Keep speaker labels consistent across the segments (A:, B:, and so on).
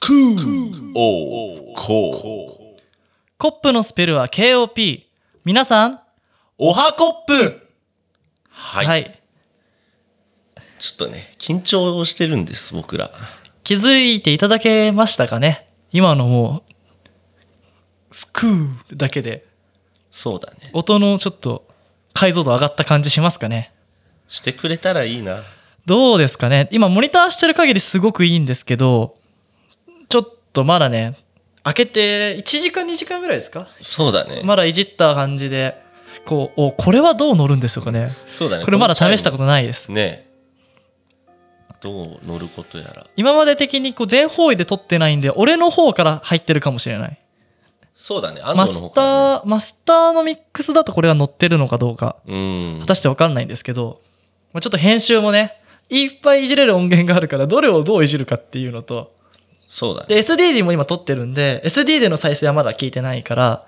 A: クーオーコー
B: コップのスペルは KOP。皆さん、
A: おはコップは
B: はい、
A: い、
C: ちょっとね、緊張してるんです、僕ら。
B: 気づいていただけましたかね今のもう、スクールだけで、
C: そうだね。
B: 音のちょっと解像度上がった感じしますかね
C: してくれたらいいな。
B: どうですかね今モニターしてる限りすごくいいんですけど、ちょっとまだね、開けて1時間2時間ぐらいですか
C: そうだね。
B: まだいじった感じで、こう、お、これはどう乗るんでしょうかね
C: そうだね。
B: これまだ試したことないです
C: と。ねえどう乗ることやら。
B: 今まで的にこう全方位で撮ってないんで俺の方から入ってるかもしれない
C: そうだね、安
B: マ
C: 藤の
B: ス
C: 方から、ね。
B: ターマスターのミックスだとこれは乗ってるのかどうか
C: うん
B: 果。たして分かんないんですけど、まあ、ちょっと編集もねいっぱいいじれる音源があるからどれをどういじるかっていうのと
C: そうだね。
B: で SDD も今撮ってるんで SD での再生はまだ聞いてないから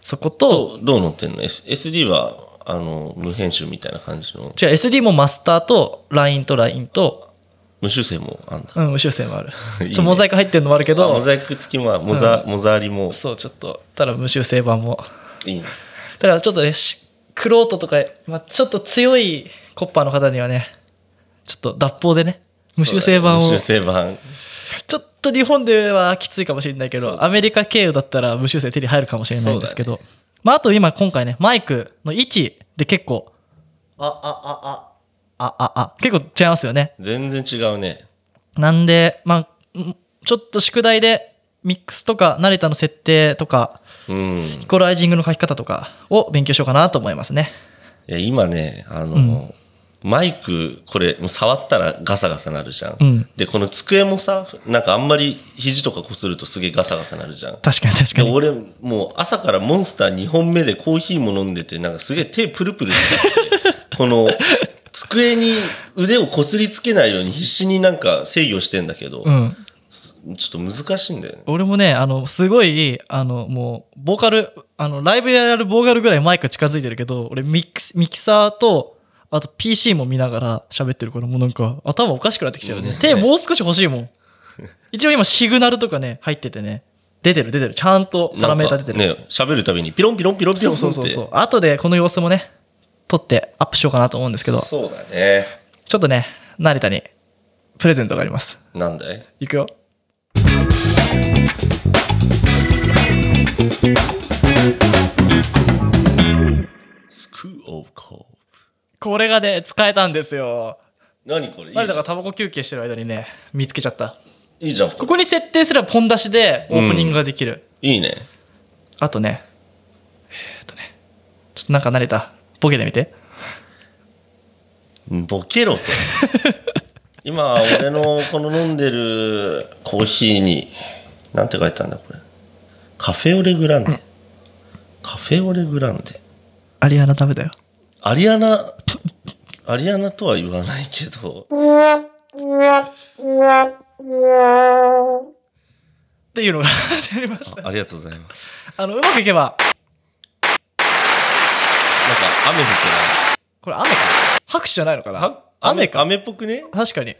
B: そこ
C: ど
B: と
C: うどう乗ってんの S- ?SD は、あの、無編集みたいな感じの。
B: 違う SD もマスターとラインとラインと
C: 無修正もあんだ。
B: うん修正もある
C: いいね
B: ちょモザイク入ってるのもあるけ
C: あモ
B: ど
C: ザイク付きも、モザ、モザありも。
B: そうちょっとただ無修正版も
C: いいね。
B: だからちょっとね、しクロートとか、まあ、ちょっと強いコッパーの方にはね、ちょっと脱法でね、無修正版を、
C: そうだね無修正版。
B: ちょっと日本ではきついかもしれないけ
C: そう
B: ど、
C: だ
B: アメリカ経由だったら無修正手に入るかもしれないんですけど、まあ、あと今今回ね、マイクの位置で結構、あ、あ、あ、あ、あ、あ、あ、結構違いますよね。
C: 全然違うね。
B: なんで、まあ、んちょっと宿題で、ミックスとか、慣れたの設定とか、
C: うん。
B: イコライジングの書き方とかを勉強しようかなと思いますね。
C: いや、今ね、あの、マイク、これ、もう触ったらガサガサなるじゃん,、
B: うん
C: で、この机もさ、なんかあんまり肘とかこするとすげえガサガサなるじゃん。
B: 確かに確か
C: で、
B: に。
C: 俺、もう朝からモンスター2本目でコーヒーも飲んでて、なんかすげえ手プルプルして て、この、机に腕をこすりつけないように必死になんか制御してんだけど、
B: うん、
C: ちょっと難しいんだよね。
B: 俺もねあのすごいあのもうボーカルあのライブでやるボーカルぐらいマイク近づいてるけど俺ミックスミキサーとあと PC も見ながら喋ってるからもうなんか頭おかしくなってきちゃうね
C: ね
B: 手もう少し欲しいもん一応今シグナルとかね入っててね出てる出てるちゃんとパラメータ出てる、
C: なんかね、喋るたびにピロンピロンピロンピロ
B: そ
C: ン
B: う
C: って。
B: そうそうそう後でこの様子もね撮ってアップしようかなと思うんですけど
C: そうだね。
B: ちょっとね成田にプレゼントがあります
C: なんだい
B: いくよ
C: スクーオブコー。
B: これがね使えたんですよ
C: 何これいいじゃ
B: 誰
C: ん
B: だかタバコ休憩してる間にね見つけちゃった
C: いいじゃん
B: ここに設定すればポン出しでオープニングができる、
C: いいね
B: あとねえーっとねちょっとなんか慣れたボケてみて
C: ボケ ろと今俺のこの飲んでるコーヒーになんて書いてあるんだこれカフェオレグランデカフェオレグランデ
B: アリアナダメだよ
C: アリアナアリアナとは言わないけど
B: っていうのが ありました
C: ありがとうございます
B: あのうまくいけば
C: なんか雨降っ
B: これ雨か拍手じゃないのか
C: て
B: な
C: ないは
B: 雨か
C: 雨っぽく ね
B: 確かに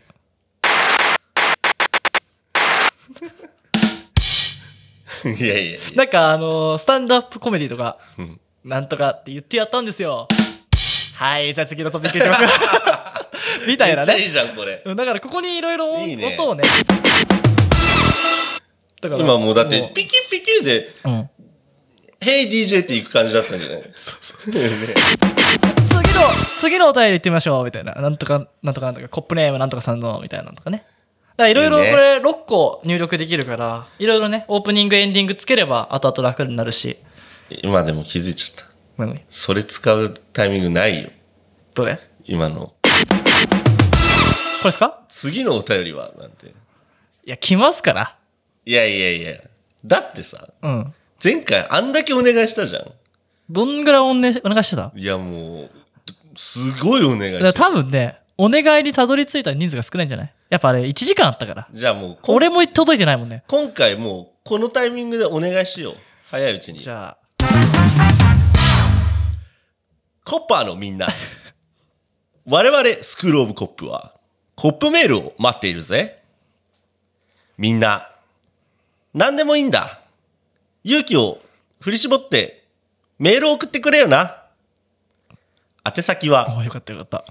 C: いやいやいや
B: なんかあのースタンドアップコメディとか
C: うん
B: なんとかって言ってやったんですよはいじゃあ次のトピック いきましょうみたい
C: め
B: な
C: っちゃ
B: ね
C: いいじゃんこれ
B: うんだからここにいろいろ
C: いいね
B: 音をねだから
C: 今もうだってピキピキで
B: もううん
C: 「ヘイ DJ」っていく感じだったんじゃない
B: そうそう
C: ね
B: 次の次のお便り行ってみましょうみたいななんとかなんとかなんとかコップネームなんとかさんのみたいなのとかねだからいろいろこ
C: いいね
B: れ6個入力できるからいろいろねオープニングエンディングつければ後々楽になるし
C: 今でも気づいちゃった
B: 何
C: それ使うタイミングないよ。
B: どれこ
C: 今の。
B: れですか
C: 次のお便りはなんて。
B: いや来ますから
C: いやいやいや。だってさ、
B: うん
C: 前回あんだけお願いしたじゃん。
B: どんぐらいお,、ね、お願いしてた
C: いやもう、すごいお願い
B: だから
C: した。
B: 多分ねお願いにたどり着いた人数が少ないんじゃないやっぱあれ1時間あったから
C: じゃあもうこん、
B: 俺も届いてないもんね
C: 今回もう、このタイミングでお願いしよう。早いうちに
B: じ。ゃあ
C: コッパーのみんな。 我々スクールオブコップは、コップメールを待っているぜ。みんな、何でもいいんだ。勇気を振り絞って、メールを送ってくれよな。宛先は、
B: ああよかったよかった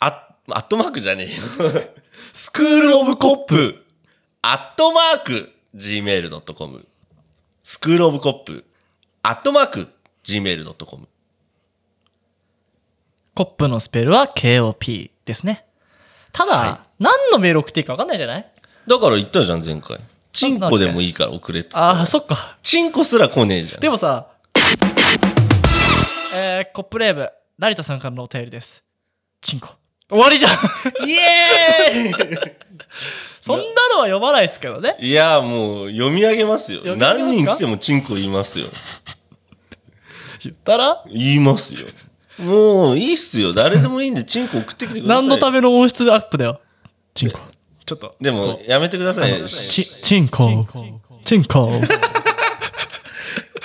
C: あ、アットマークじゃねえよ。 スクールオブコップ、アットマーク、gmail.com。スクールオブコップ、アットマーク、gmail.com。
B: コップのスペルは KOP ですねただ、
C: は
B: 何のメール送っていいか分かんないじゃない
C: だから言ったじゃん、前回。チンコでもいいから送れっつって。
B: ああそっか
C: チンコすら来ねえじゃん。
B: でもさえー、コップレーブ成田さんからのお便りですチンコ終わりじゃん
C: イエーイ
B: そんなのは読まないですけどね
C: いや、もう読み上げますよ。
B: 読み上げますか
C: 何人来てもチンコ言いますよ。
B: 言ったら
C: 言いますよ。もういいっすよ。誰でもいいんで、チンコ送ってきてください。
B: 何のた
C: め
B: めの音質アップだよチンコちょっと
C: でも、やめてください。
B: ちチンコチンコ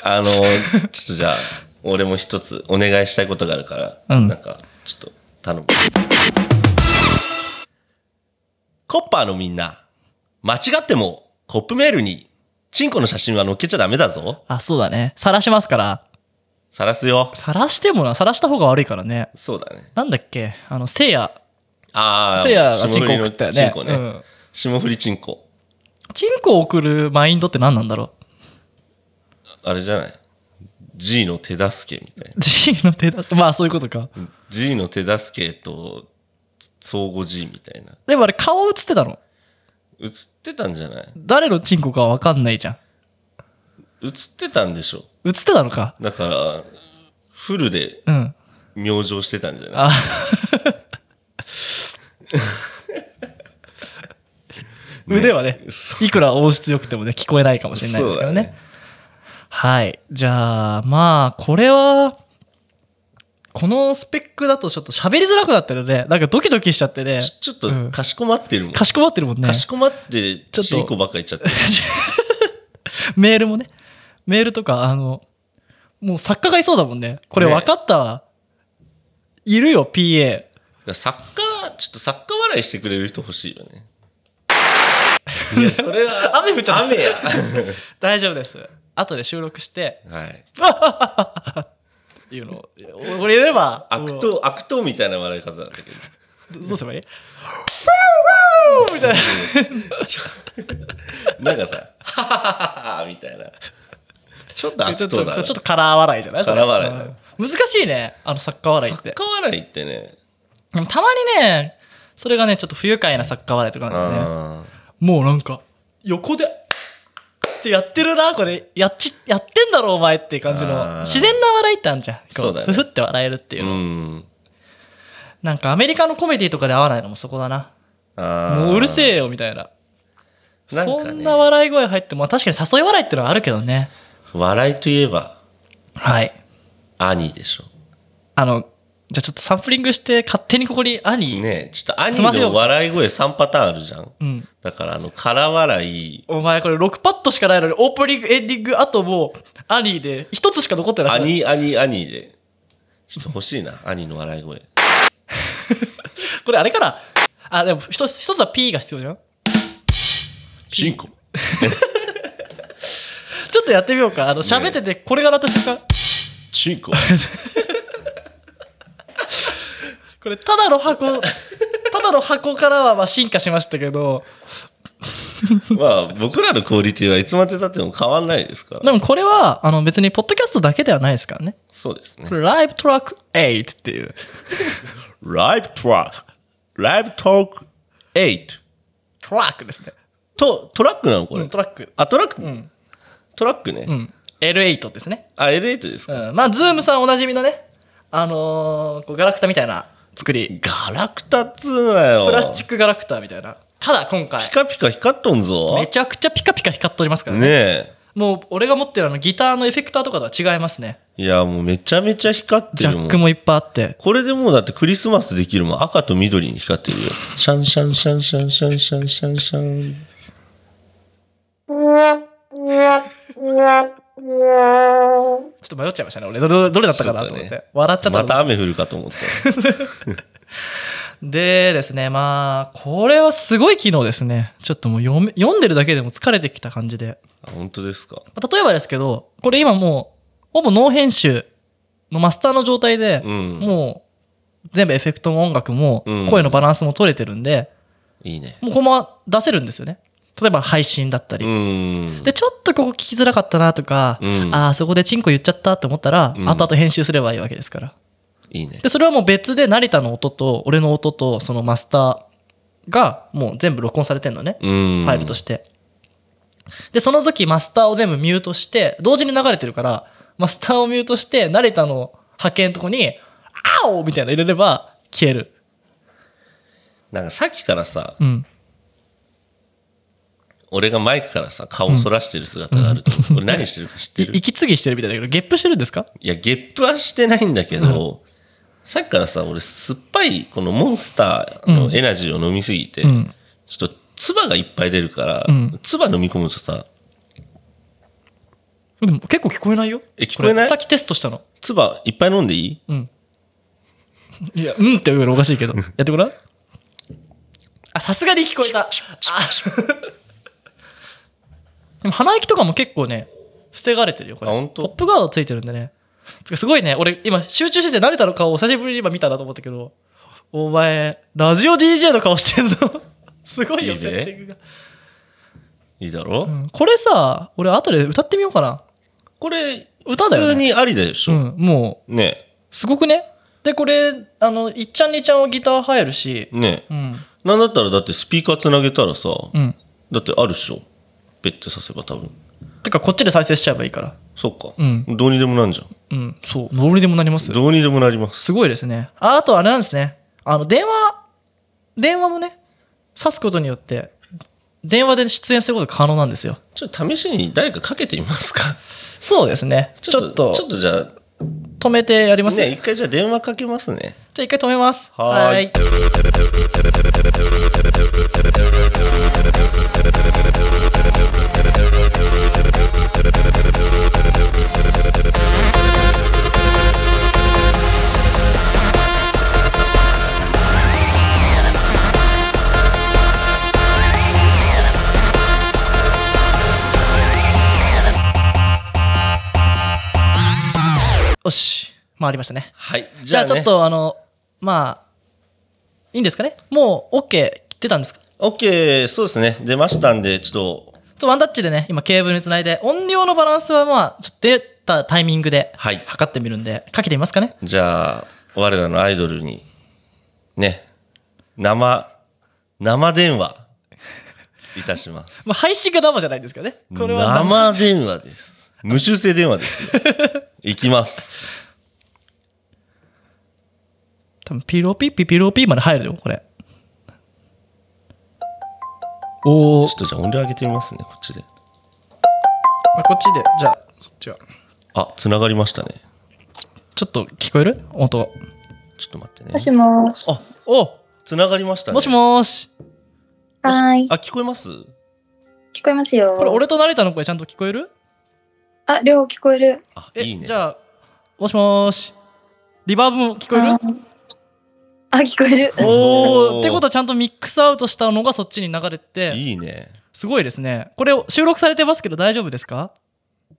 C: あの、ちょっとじゃあ、俺も一つお願いしたいことがあるから、
B: うん
C: なんか、ちょっと頼む。コッパーのみんな、間違っても、コップメールに、チンコの写真は載っけちゃダメだぞ。
B: あそうだね晒しますから
C: 晒すよ。
B: 晒してもな晒した方が悪いからね
C: そうだね。
B: なんだっけあのせいや
C: ああ、
B: せいやがチン
C: 霜降
B: コ
C: りの
B: 送ったよ
C: チン
B: ね
C: コ
B: う
C: ね
B: ん。
C: 霜降りチンコ。
B: チンコを送るマインドって何なんだろ
C: あれじゃない ?G の手助けみたいな。
B: う G の手出すまあそういうことか
C: G の手助けと相互 G みたいな。
B: でもあれ顔映ってたの
C: 映ってたんじゃない
B: 誰のチンコかわかんないじゃん
C: 映ってたんでしょ
B: 映ってたのか
C: だから、フルで
B: うん
C: 明星してたんじゃない
B: あ腕はねいくら音質良くてもね聞こえないかもしれないですけどねはいじゃあまあこれはこのスペックだとちょっと喋りづらくなってるねなんかドキドキしちゃってね
C: ちょちょっ
B: う
C: と
B: ん
C: かしこまってるもん。
B: かしこまってるもんね
C: かしこまって
B: ちょっと
C: チンコばっか言っちゃってる。
B: メールもねメールとかあのもう作家がいそうだもんねこれ
C: ね
B: 分かったわ、いるよ PA
C: 作家、ちょっと作家笑いしてくれる人欲しいよ ね。いや、それは、
B: 雨降っちゃった
C: 雨 や。
B: 大丈夫です後で収録して
C: はい。
B: っていうのをお俺いれば
C: 悪党、悪党みたいな笑い方だったけど。
B: うんどうすればいい
C: なんかさ、ははは はみたいな。ちょっと
B: ちょ
C: 悪
B: っと
C: 党
B: ち
C: だ
B: ょ
C: な。
B: っと空笑いじゃないそれ
C: 空笑いだね
B: うん難しいねあの作家笑いっ
C: 作
B: て
C: 家笑いってね。
B: でもたまにねそれがねちょっと不愉快な作家笑いとかなんだよね
C: あ
B: もうなんか横でってやってるなこれやっちやってんだろお前っていう感じの
C: あー
B: 自然な笑いってあるじゃんこ
C: そうだね
B: ふふって笑えるっていう
C: ーう
B: の、
C: ん。
B: なんかアメリカのコメディとかで合わないのもそこだな
C: あ
B: もううるせ
C: え。
B: えよみたいな
C: なんかね
B: そんな笑い声入ってもまあ確かに誘い笑いってのはあるけどね
C: 笑いといえば、
B: はい
C: 兄でしょ。
B: あのじゃあちょっとサンプリングして勝手にここに兄、
C: ねえ、ちょっと
B: すいま
C: 兄
B: せん
C: の笑い声3パターンあるじゃん。
B: うん
C: だから、あの、空笑い、
B: お前これ6パッドしかないのにオープニングエンディングあともう兄で1つしか残ってない
C: 兄、兄、兄で。ちょっと欲しいな、 兄の笑い声。
B: これあれからあでも一つ一つは P が必要じゃん
C: チンコ。
B: ちょっとやってみようかあの喋っててこれが鳴った瞬間
C: チン コ。
B: これただの箱ただの箱からはまあ進化しましたけど
C: まあ、僕らのクオリティはいつまでたっても変わんないですから。
B: でもこれはあの別にポッドキャストだけではないですからね
C: そうですね
B: こ。れライブトラック8っていう
C: ライブトラック。ライブトーク8。
B: トラックですね
C: と、トラックなのこれ。
B: うんトラック
C: あ、トラック、
B: ん
C: トラックね。
B: うん L8 ですね
C: あ、L8 ですか。
B: うんまあズームさんおなじみのねあのーこうガラクタみたいな作り
C: ガラクタっつうなよ。
B: プラスチックガラクタみたいなただ今回
C: ピカピカ光っとんぞ。
B: めちゃくちゃピカピカ光っておりますからね
C: ねえ。
B: もう俺が持ってるあのギターのエフェクターとかとは違いますね
C: いや、もうめちゃめちゃ光って
B: ジ
C: る
B: ャ
C: も
B: ッ
C: ん。
B: クもいっぱいあって
C: これでもうだってクリスマスできるもん。赤と緑に光ってるよ。シャンシャンシャンシャンシャンシャンシャンシャン。
B: ちょっと迷っちゃいましたね俺どれどれだったかなと思って
C: ちょっとね
B: 笑っちゃった
C: ま
B: の
C: た雨降るかと思った。
B: でですね、まあ、これはすごい機能ですね。ちょっともう読め読んでるだけでも疲れてきた感じで。
C: あ本当ですか。
B: まあ例えばですけど、これ今もう、ほぼノー編集のマスターの状態で、
C: うん
B: もう、全部エフェクトも音楽も
C: うん、
B: 声のバランスも取れてるんで、
C: いいね。
B: もうこのまま出せるんですよね。例えば配信だった
C: う
B: り。
C: ん。
B: で、ちょっとここ聞きづらかったなとか、
C: うん
B: ああ、そこでチンコ言っちゃったと思ったら、
C: うん
B: 後々編集すればいいわけですから。
C: いいね。
B: で、それはもう別で成田の音と、俺の音と、そのマスターが、もう全部録音されてんのね。
C: うん。
B: ファイルとして。で、その時マスターを全部ミュートして、同時に流れてるから、マスターをミュートして、成田の派遣のとこに、あおみたいなの入れれば消える。
C: なんかさっきからさ、
B: うん。
C: 俺がマイクからさ、顔をそらしてる姿があると思う。俺何してるか知ってる
B: 息継ぎしてるみたいだけど、ゲップしてるんですか
C: いや、ゲップはしてないんだけど、さっきからさ、俺、酸っぱい、このモンスターのエナジーを飲みすぎて、
B: うん
C: ちょっと、唾がいっぱい出るから、
B: うん
C: 唾飲み込むとさ、
B: でも結構聞こえないよ。
C: え聞こえない
B: れさっきテストしたの。
C: 唾いっぱい飲んでいい
B: うん。 いや、うんって言うからおかしい けど。やってごらん。あ、さすがに聞こえた。あ でも鼻息とかも結構ね、防がれてるよ、これ。
C: あほんと
B: ポップガードついてるんでね。つかすごいね、俺今集中してて慣れたの顔を久しぶりに今見たなと思ったけど、お前、ラジオ DJ の顔してんぞ。 すごいよ、
C: いいね
B: セッティングが。
C: いいだろ、
B: うんこれさ、俺後で歌ってみようかな。
C: これ、
B: 歌だよ
C: 普
B: ね
C: 通にありでし
B: う
C: ょ、
B: ん、も
C: ね
B: う、すごくね。で、これ、あの、いっちゃんにちゃんはギター入る
C: え、
B: し、
C: ねえ。
B: うん。
C: なんだったら、だってスピーカーつなげたらさ、
B: うん。
C: だってあるっしょペッて刺せば多分。
B: てか、こっちで再生しちゃえばいいから。
C: そっか、
B: うん
C: どうにでもなんじゃん。
B: うん。そう。どうにでもなります。
C: どうにでもなります。
B: すごいですね。あ、あとあれなんですね。あの、電話、電話もね、刺すことによって、電話で出演することが可能なんですよ。
C: ちょっと試しに誰かかけてみますか
B: そうですね。 ちょっと、
C: ちょっとじゃあ、
B: 止めてやりますよ。
C: ね、一回じゃあ電話かけますね。
B: じゃあ一回止めます。
C: はーい
B: ーい。よし。回りましたね。
C: はい。
B: じゃあ
C: ね
B: ちょっ。とあのまあいいんですかねもう OK 出たんですかちょ
C: オッケー、そうですね。出ましたんで、ちょっと、
B: っとワンタッチでね今ケーブルにつないで音量のバランスはまあちょっと出たタイミングで
C: はい
B: 測ってみるんで、かけてみますかね
C: じゃあ、我らのアイドルに、ね、生、生電話、いたします。
B: まあ配信が生じゃないですかね これは
C: 生電話です。無修正電話ですよ。 いきます。
B: 多分ピロピピピロピまで入るよこれおお
C: ちょっとじゃあ音量上げてみますね、こっちで。
B: こっちでじゃあそっちは
C: あ、つながりましたね。
B: ちょっと聞こえる音
C: ちょっと待ってね
D: も。しもし。
C: あ、
B: お
C: つながりましたね。
B: もしもーし
D: はーい
C: あ、。聞こえます
D: 聞こえますよ。
B: これ俺と成田の声ちゃんと聞こえる
D: あ、両方聞こえる。
C: あ、
B: え
C: いいね。
B: じゃあもしもーしリバーブも聞こえる
D: あーあ、聞こえる。
B: お
C: おー
B: おってことはちゃんとミックスアウトしたのがそっちに流れて
C: いいね。
B: すごいですねこれを収録されてますけど大丈夫ですか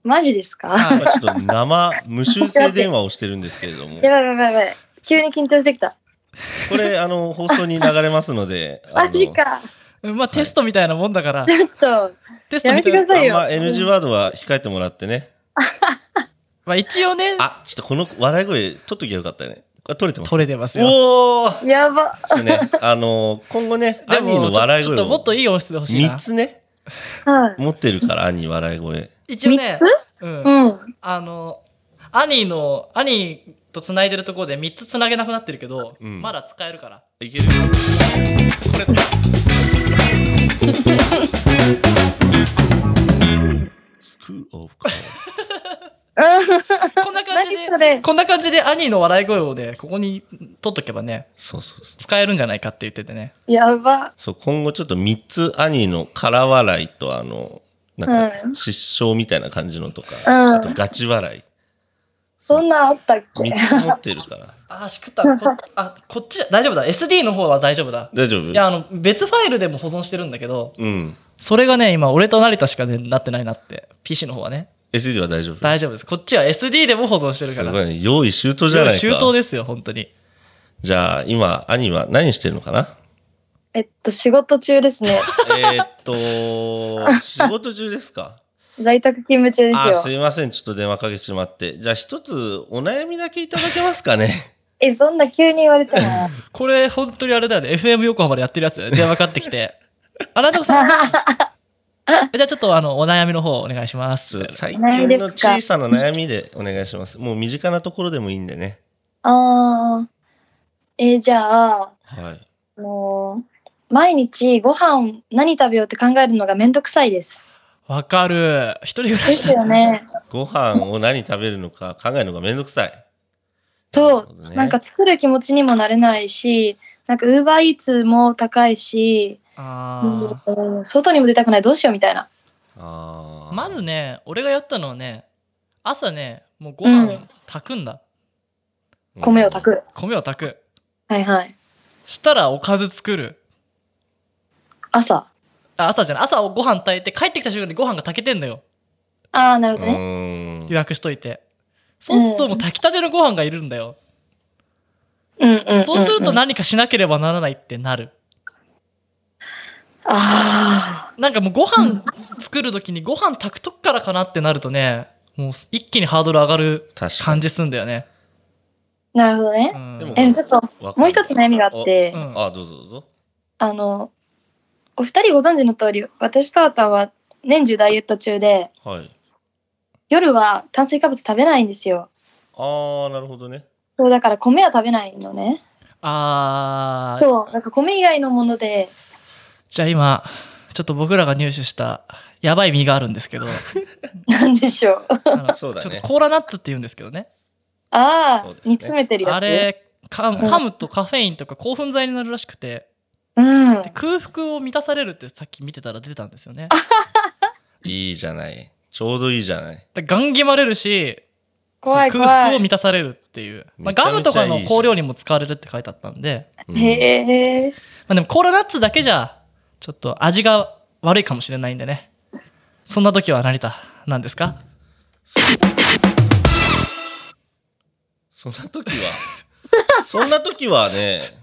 D: マジですか
B: は
C: 今ちょっと生、無修正電話をしてるんですけれども
D: や。ばいやばいやばい。急に緊張してきた。
C: これ、あの、放送に流れますので、あ
D: マ
C: の
D: ジか。
B: いまあテストみたいなもんだから、
D: ちょっと、
B: テスト
D: や
B: み
D: め
B: た
D: て
B: い
D: くだ
B: な、
D: さいよ。
C: あんま NG ワードは控えてもらってね。
B: まあ、一応ね
C: あ、ちょっとこの笑い声、取っときゃよかったね。あ取れてます。
B: 取れてますよ
C: おー
D: やば。
C: そうね、あの今後ね、
B: で
C: アニーの
B: ちょ
C: 笑い
B: ちょ
C: 声
B: っともっ
C: を
B: といい音質で欲しい
C: 3
B: な
C: つね、
D: はい。
C: 持ってるから、アニー笑い声。
B: 一応ねう
D: 三、
B: ん
D: うん。
B: あの兄の兄とつないでるところで3つつなげなくなってるけど、
C: うん
B: まだ使えるから
C: いけるこれスクーオフカー
B: こんな感じ
D: 何そ
B: で
D: れ。
B: こんな感じで兄の笑い声をねここに取っとけばね
C: そうそうそう。
B: 使えるんじゃないかって言っててね
D: やば。
C: そう、今後ちょっと3つ、アニーの空笑いと、あの、なんか
D: う、ん
C: 失笑みたいな感じのとか、
D: うん
C: あとガチ笑い。
D: そんなんあったっけ
C: 3つ持ってるから。
B: あー、しくった。こあ、こっちだ、大丈夫だ。SD の方は大丈夫だ。
C: 大丈夫
B: いや、あの、別ファイルでも保存してるんだけど、
C: うん。
B: それがね、今、俺と成田しかね、なってないなって。PC の方はね。
C: SD は大丈夫。
B: 大丈夫です。こっちは SD でも保存してるか
C: す
B: ら。
C: ごいね。用意周到じゃないか。
B: 周到ですよ、本当に。
C: じゃあ、今、兄は何してるのかな
D: えっと、仕事中です ね。
C: えーっと、 仕事中ですか
D: 在宅勤務中で
C: あー
D: す
C: す
D: よ。
C: いません。ちょっと電話かけてしまって。じゃあ、一つお悩みだけいただけますか ね。
D: え、そんな急に言われ ても。
B: これ、本当にあれだよね。FM 横浜でやってるやつだよね電話かかって きて。あ、なんとかさん。じゃあちょっとあの、お悩みの方お願いしま
C: ち
B: す。
C: ょっ
B: み
C: と
B: たい
C: 最
D: 悩
C: 近
D: みで
C: の
D: すか
C: 小さな悩みでお願いします。もう身近なところでもいいんでね。
D: ああ。えーじゃあ、
C: はい。
D: あのー毎日ご飯何食べようって考えるのがめんどくさいです。
B: なわかる。一人暮ら
D: で
B: し
D: すよね。
C: ご飯を何食べるのか考えるのがめんどくさい。
D: そう
C: るほどね
D: なんか作る気持ちにもなれないし、なんかウーバーイーツも高いし、
B: あー
D: うん外にも出たくないどうしようみたいな。
C: あー
B: まずね、俺がやったのはね、朝ね、もうご飯
D: うん
B: 炊くんだ。
D: 米を炊く。
B: 米を炊く。
D: はいはい。
B: したらおかず作る。
D: 朝。
B: あ朝じゃない朝ご飯炊いて帰ってきた瞬間にご飯が炊けてんのよ
D: ああ、なる
C: う
D: ほどね。
C: ん
B: 予約しといてそうするともう炊きたてのご飯がいるんだよ、
D: うんうんんん
B: そうすると。何かしなければならないってなる
D: ああ。
B: なんかもうご飯作る時にご飯炊くとくからかなってなるとねもう一気にハードル上がる
C: 確か
B: 感
C: に。
B: じすんだよね、
D: なるほどね
B: う。ん、
C: でも
D: え、ちょっと、
C: わかる
D: もう一つ悩みがあって、
B: うん
C: あ、どうぞどうぞ。
D: あの、お二人ご存知の通り、私とあーたんは年中ダイエット中で、
C: はい。
D: 夜は炭水化物食べないんですよ。
C: ああ、なるほどね。
D: そう、だから米は食べないのね。
B: あー
D: そう、なんか米以外のもので、
B: じゃあ今ちょっと僕らが入手したやばい実があるんです けど
D: なんでしょう。
B: あの
C: そうだね
B: ちょっとコーラナッツって言うんですけどね
D: ああ、
C: そうですね
D: 煮詰めてるや
B: あ
D: つ。
B: れ噛む
D: うん
B: 噛むとカフェインとか興奮剤になるらしくて
D: うん。
B: で空腹を満たされるってさっき見てたら出てたんですよね。
C: いいじゃない。ちょうどいいじゃない。
B: でガン決まれるし
D: 怖い
B: そう空
D: 怖
B: 腹を
D: い
B: 満。たされるっていう、まあ、
C: めちゃめちゃ
B: ガムとかの
C: いいじゃん
B: 香料にも使われるって書いてあったんで、
C: うん
D: へえ。
B: まあ、でもコーラナッツだけじゃちょっと味が悪いかもしれないんでねそんな時は成田なんで すか
C: そんな時は、 そんな時はね、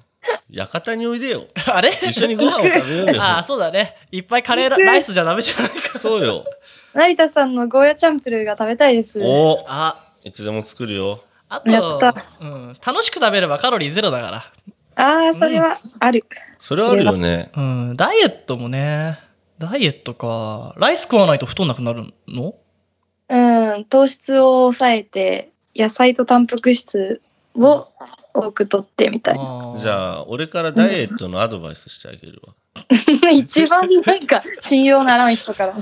C: 館においでよ。
B: あれ
C: 一緒にご飯を食べようよ。
B: ああそうだねいっぱいカレーラ
D: 行く
B: ライスじゃダメじゃないか
C: そうよ。
D: 成田さんのゴーヤチャンプルーが食べたいです。
C: お
B: あ
C: いつでも作るよ。
B: あ
D: や
B: と
D: った、
B: うん、楽しく食べればカロリーゼロだか
D: ああ、それはある。
C: それはあるよね。
B: ら、うん、ダイエットもねダイエットかライス食わないと太んなくなるの
D: うん、糖質を抑えて、野菜とタンパク質を多く取ってみたいな。
C: じゃあ、俺からダイエットのアドバイスしてあげるわ。
D: 一番なんか信用ならん人から。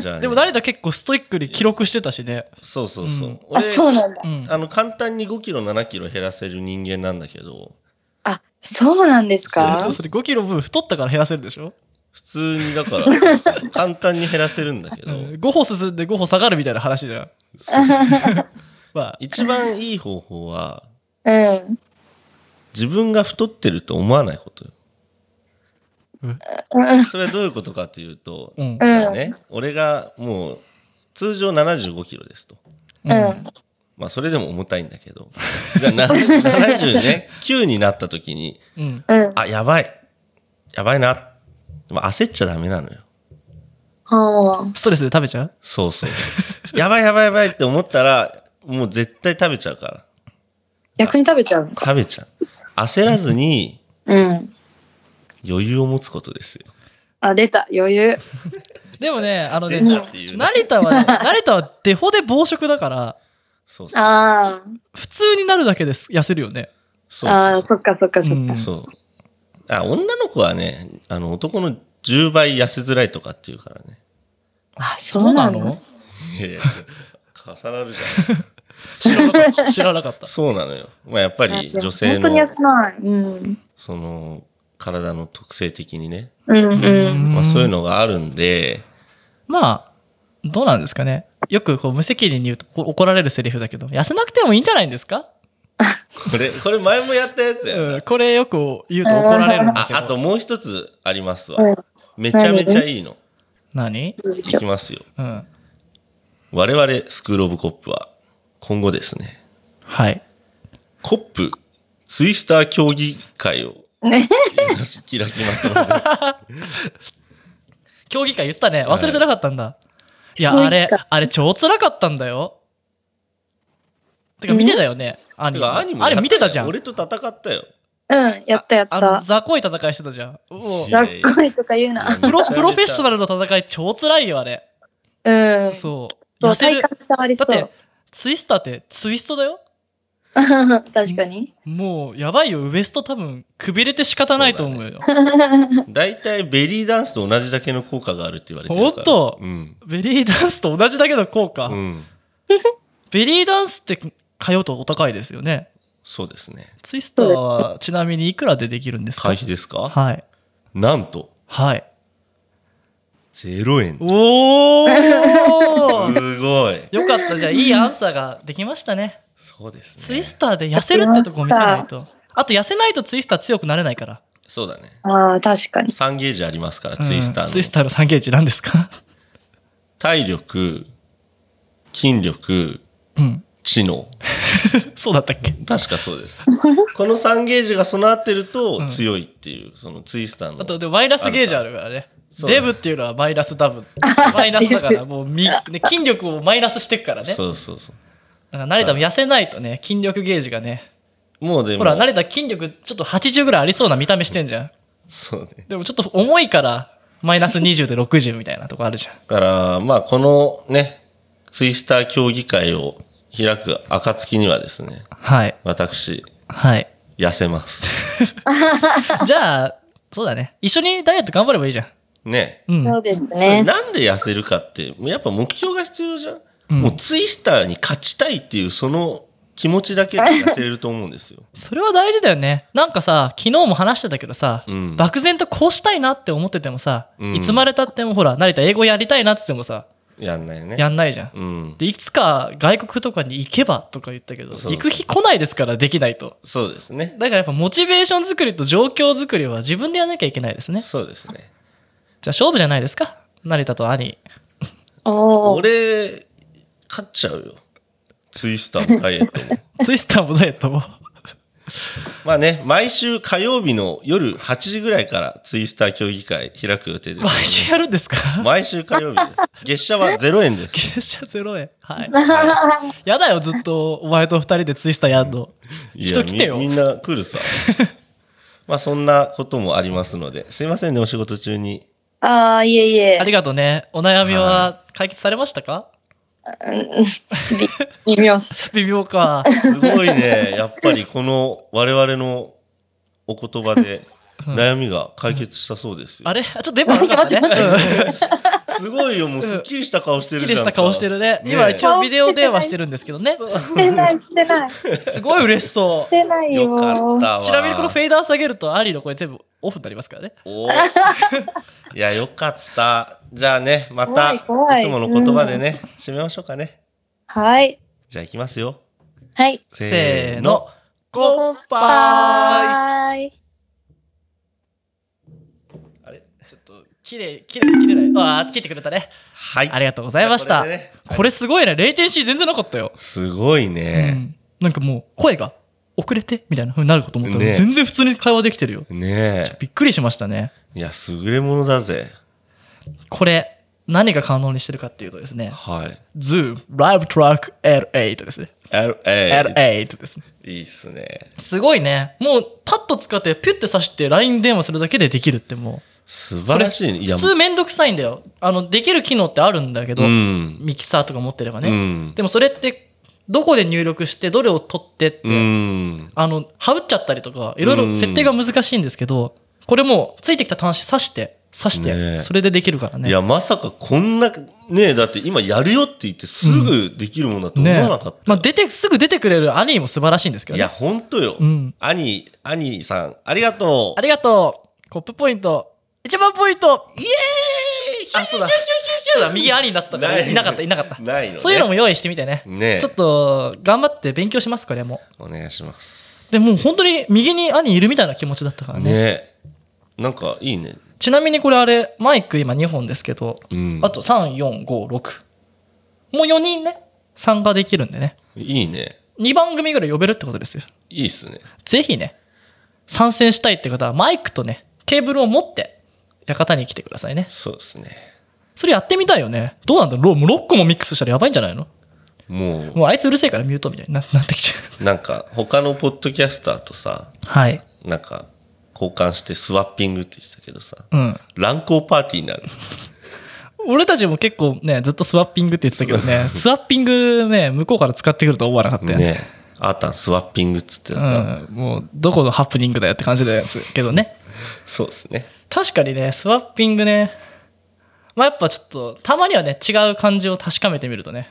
C: じゃあね、
B: でも成田結構ストイックに記録してたしね。
C: そうそうそう。
B: うん
D: あ、
C: 俺
D: そうなんだ。
B: うん。
C: あの簡単に5キロ7キロ減らせる人間なんだけど
D: あ、そうなんですか
B: それ5キロ分太ったから減らせるでしょ、
C: 普通にだから簡単に減らせるんだけ
B: う
C: ど、
B: ん、?5 歩進んで5歩下がるみたいな話だ よ。まあ、
C: 一番いい方法は
D: うん。
C: 自分が太ってると思わないことよ
D: うん。
C: それはどういうことかというと、
B: うん。
D: うん
C: まあね、俺がもう通常75キロですと。
B: う
D: う
B: ん
D: ん。
C: まあそれでも重たいんだけど。じゃあな70ね、9になった時に、
B: うん。
D: うん。
C: あ、やばい。やばいな。まあ、焦っちゃダメなのよ。
D: は
B: ストレスで食べちゃう
C: そうそう。やばいやばいやばいって思ったら、もう絶対食べちゃうから。
D: あ。逆に食べちゃうの
C: 食べちゃう。焦らずに
D: うん。
C: 余裕を持つことですよ。
D: あ、出た。余裕。
B: でもね、あのね
C: 出、たっていうね。
B: 成田はね、成田はデフォで暴食だから、
C: そうそう。
D: あ
B: 普通になるだけです痩せるよね。
C: そ
D: あ。
C: うそう
D: ああ、そっかそっかそっ
B: う
D: か
B: ん。
C: そう。あ、女の子はね、あの、男の10倍痩せづらいとかっていうからね。
D: あ、そうなの
C: いやいや重なるじゃん。
B: 知らなかった。知らなかっ た。
C: そうなのよ。まあ、やっぱり女性
D: 本当に
C: の
D: 痩、せない。うん。
C: その、体の特性的にね、
D: うんうん。
C: まあ、そういうのがあるんで、
B: まあ、どうなんですかね。よくこう無責任に言うとこ怒られるセリフだけど、痩せなくてもいいんじゃないんですか、
C: これ、これ前もやったやつや。
B: うん、これよく言うと怒られるんだ
C: あ
B: け、ど。
C: あともう一つあります
D: う
C: わ
D: ん。
C: めちゃめちゃいいの。
B: 何
D: どうで
C: い
D: しょ
C: き
D: う
C: ますよ。
B: うん。
C: 我々、スクールオブコップは、今後ですね、
B: はい。
C: コップ、ツイスター競技会を
D: ね
C: 開きますので。
B: 競技会言ってたね。忘れてなかったんだ。い、や、
D: そう
B: あ
D: で
B: れ
D: すか、
B: あれ超辛かったんだよ。てか見てたよね、アニ
C: て
B: メ。
C: か
B: あ
C: 兄もやったよ
B: れ見てたじゃん。
C: 俺と戦ったよ。
D: うん、やったやっ
B: あの、
D: た。
B: 雑魚い戦いしてたじゃん。もう
C: い、や
D: ざっこいとか言うな。
B: プロ、プロフェッショナ
C: ル。
B: ルの戦い超辛いよ、あれ。
D: うん。そう、
B: そう。痩せ
D: 体
B: る。
D: 感伝わりそ
B: だ
D: う。
B: って、ツイスターってツイストだよ。
D: 確かに。
B: もう、やばいよ。ウエスト多分、くびれて仕方ないと思うよ。
C: 大体ベリーダンスと同じだけの効果があるって言われてるから。
B: おっと
C: うん。
B: ベリーダンスと同じだけの効果。
C: うん。
B: ベリーダンスって通うとお高いですよね。
C: そうですね。
B: ツイスターはちなみにいくらでできるんですか
C: 会費ですか
B: はい。
C: なんと、
B: はい。
C: 0円。
B: お ー
C: すごい。
B: よかった。じゃあ、いいアンサーができましたね。
C: そうですね。
B: ツイスターで痩せるってとこ見せないと。あと、痩せないとツイスター強くなれないから。
C: そうだね。
D: ああ、確かに。
C: 3ゲージありますから、ツイスター
B: う
C: の。
B: んツイスターの3ゲージ何ですか
C: 体力、筋力、
B: うん。
C: 知能。
B: そうだったっけ
C: 確かそうです。 この3ゲージが備わってると強いっていう、そのツイスターの。
B: あと、でもマイナスゲージあるからね。
C: そうだ
B: デブっていうのはマイナス ダブ。マイナスだから、もうみ、ね、筋力をマイナスしてくからね。
C: そうそうそう。
B: だから成田も痩せないとね、筋力ゲージがね。
C: もうでも、
B: ほら、成田筋力ちょっと80ぐらいありそうな見た目してんじゃん。
C: そうね。
B: でもちょっと重いから、マイナス20で60みたいなとこあるじゃん。
C: だから、まあ、このね、ツイスター競技会を開く暁にはですね、
B: はい。
C: 私、
B: はい。
C: 痩せ ます。
B: じゃあ、そうだね。一緒にダイエット頑張ればいいじゃん。
C: ね。
B: うん。
D: そうです
C: それ
D: ね。
C: なんで痩せるかって、やっぱ目標が必要じゃん。
B: うん
C: もうツイスターに勝ちたいっていう、その気持ちだけで痩せれると思うんです よ。
B: それは大事だよね。なんかさ、昨日も話してたけどさ、
C: うん
B: 漠然とこうしたいなって思っててもさ、
C: うん
B: いつまでたってもほら、成田英語やりたいなって言ってもさ、
C: やんないね。
B: やんないじゃん。
C: うん。
B: で、いつか外国とかに行けばとか言ったけど、
C: そう
B: 行く日来ないですから、できないと。
C: そうですね。
B: だからやっぱモチベーション作りと状況作りは自分でやらなきゃいけないですね。
C: そうですね。
B: じゃあ勝負じゃないですか成田と兄。
D: おお。
C: 俺、勝っちゃうよ。ツイスターもダイエットも。
B: ツイスターもダイエットも。
C: まあね、毎週火曜日の夜8時ぐらいからツイスター競技会開く予定です。
B: 毎週やるんですか
C: 毎週火曜日です。月謝は0円です。
B: 月謝0円。 はい。
C: は
B: やだよ、ずっとお前と二人でツイスターや んの。
C: いや
B: 人来てよ
C: み。みんな来るさ。 まあそんなこともありますので、すいませんね、お仕事中に。
D: ああ、いえいえ
B: あ。りがとうね。お悩みは解決されましたか
D: 微妙っす。
B: 微妙 か。
C: すごいね、やっぱりこの我々のお言葉で悩みが解決したそうですよ。
B: あれちょっと電波悪かったね。
C: すごいよ、もうすっきりした顔して
B: うん
C: るじ
B: き
C: ゃ
B: り
C: ん。
B: した顔してるね。
C: ね
B: 今一応ビデオ電話してるんですけど ね。
D: してない、してない。し
B: すごい嬉しそ
D: てないよ。
C: よかったわ。
B: う。ちなみにこのフェーダー下げるとアリーの声全部オフになりますからね。
C: お ーいや、よかった。じゃあね、また、
D: 怖
C: い
D: い怖い
C: つもの言葉でね、締めましょうかね。
D: はい。
C: じゃあ、いきますよ。
D: はい。
B: せーの。
C: コ
D: コ
C: ン
D: ン
C: パ
D: イ。
C: イあれちょっと。
B: 綺麗、綺麗、綺麗ない。ああ、切ってくれたね。
C: はい。
B: ありがとうございました。
C: これでね
B: これすごいね。レイテンシー全然なかったよ。
C: すごいうね。
B: ん。なんかもう声が遅れてみたいな風になるかと思ったら、
C: ね
B: 全然普通に会話できてるよ。
C: ね
B: びっくりしましたね。
C: え。いや、優れものだぜ。
B: これ、何が可能にしてるかっていうとですね、
C: はい。
B: Zoom Live Track L8 ですね。
C: LA。
B: L8 ですね。
C: いいっすね。
B: すごいね。もうパッと使ってピュッて刺して LINE 電話するだけでできるっても、
C: 素晴らしいね。いうや、
B: 普通めんどくさいんだよ。あの、できる機能ってあるんだけど、
C: うん。
B: ミキサーとか持ってれば
C: う
B: ね。
C: ん。
B: でもそれって、どこで入力して、どれを取ってって、
C: うん。
B: あの、はぶっちゃったりとか、いろいろ設定が難しいんですけど、これもうついてきた端子刺して、刺して、
C: ねえ
B: それでできるからね。
C: いや、まさかこんな、ねえ、だって今やるよって言ってすぐできるもんだと思
B: ね
C: わなかっ
B: まあ、出て、すぐ出てくれるアニーも素晴らしいんですけ
C: た。
B: ど
C: い
B: ね。
C: や、ほんとよ。
B: うん。
C: 兄、兄さん、ありがと
B: ありがとう。コップポイント、1万ポイント
C: う。イエーイ
B: あ、そうだ。だったら右ありになってたから
C: ない
B: いなかったいなかった
C: ないの、ね。
B: そういうのも用意してみてね
C: ねえ
B: ちょっと頑張って勉強しますこれも
C: お願いします。
B: でもう本当に右に兄いるみたいな気持ちだったからね
C: ねえなんかいいね。
B: ちなみにこれあれマイク今2本ですけど、
C: うん。
B: あと3456もう4人ね参加できるんでね
C: いいね。
B: 2番組ぐらい呼べるってことですよ
C: いいっすね。
B: ぜひね参戦したいって方はマイクとねケーブルを持って館に来てくださいね
C: そうですね。
B: それやってみたいよねどうなんだろうもう6個もミックスしたらやばいんじゃないの
C: も
B: もうあいつうるせえからミュートみたいにななってきちゃう
C: う、なんか他のポッドキャスターとさ、
B: はい
C: なんか交換してスワッピングって言ってたけどさ、
B: うん
C: 乱交パーティーになる。
B: 俺たちも結構ねずっとスワッピングって言ってたけどねスワッピングね向こうから使ってくると思わなかったよね
C: ねえ。あーたんスワッピングっつってた
B: う
C: から、
B: ん、もうどこのハプニングだよって感じですけどね
C: そうですね。
B: 確かにねスワッピングねまあやっぱちょっとたまにはね違う感じを確かめてみるとね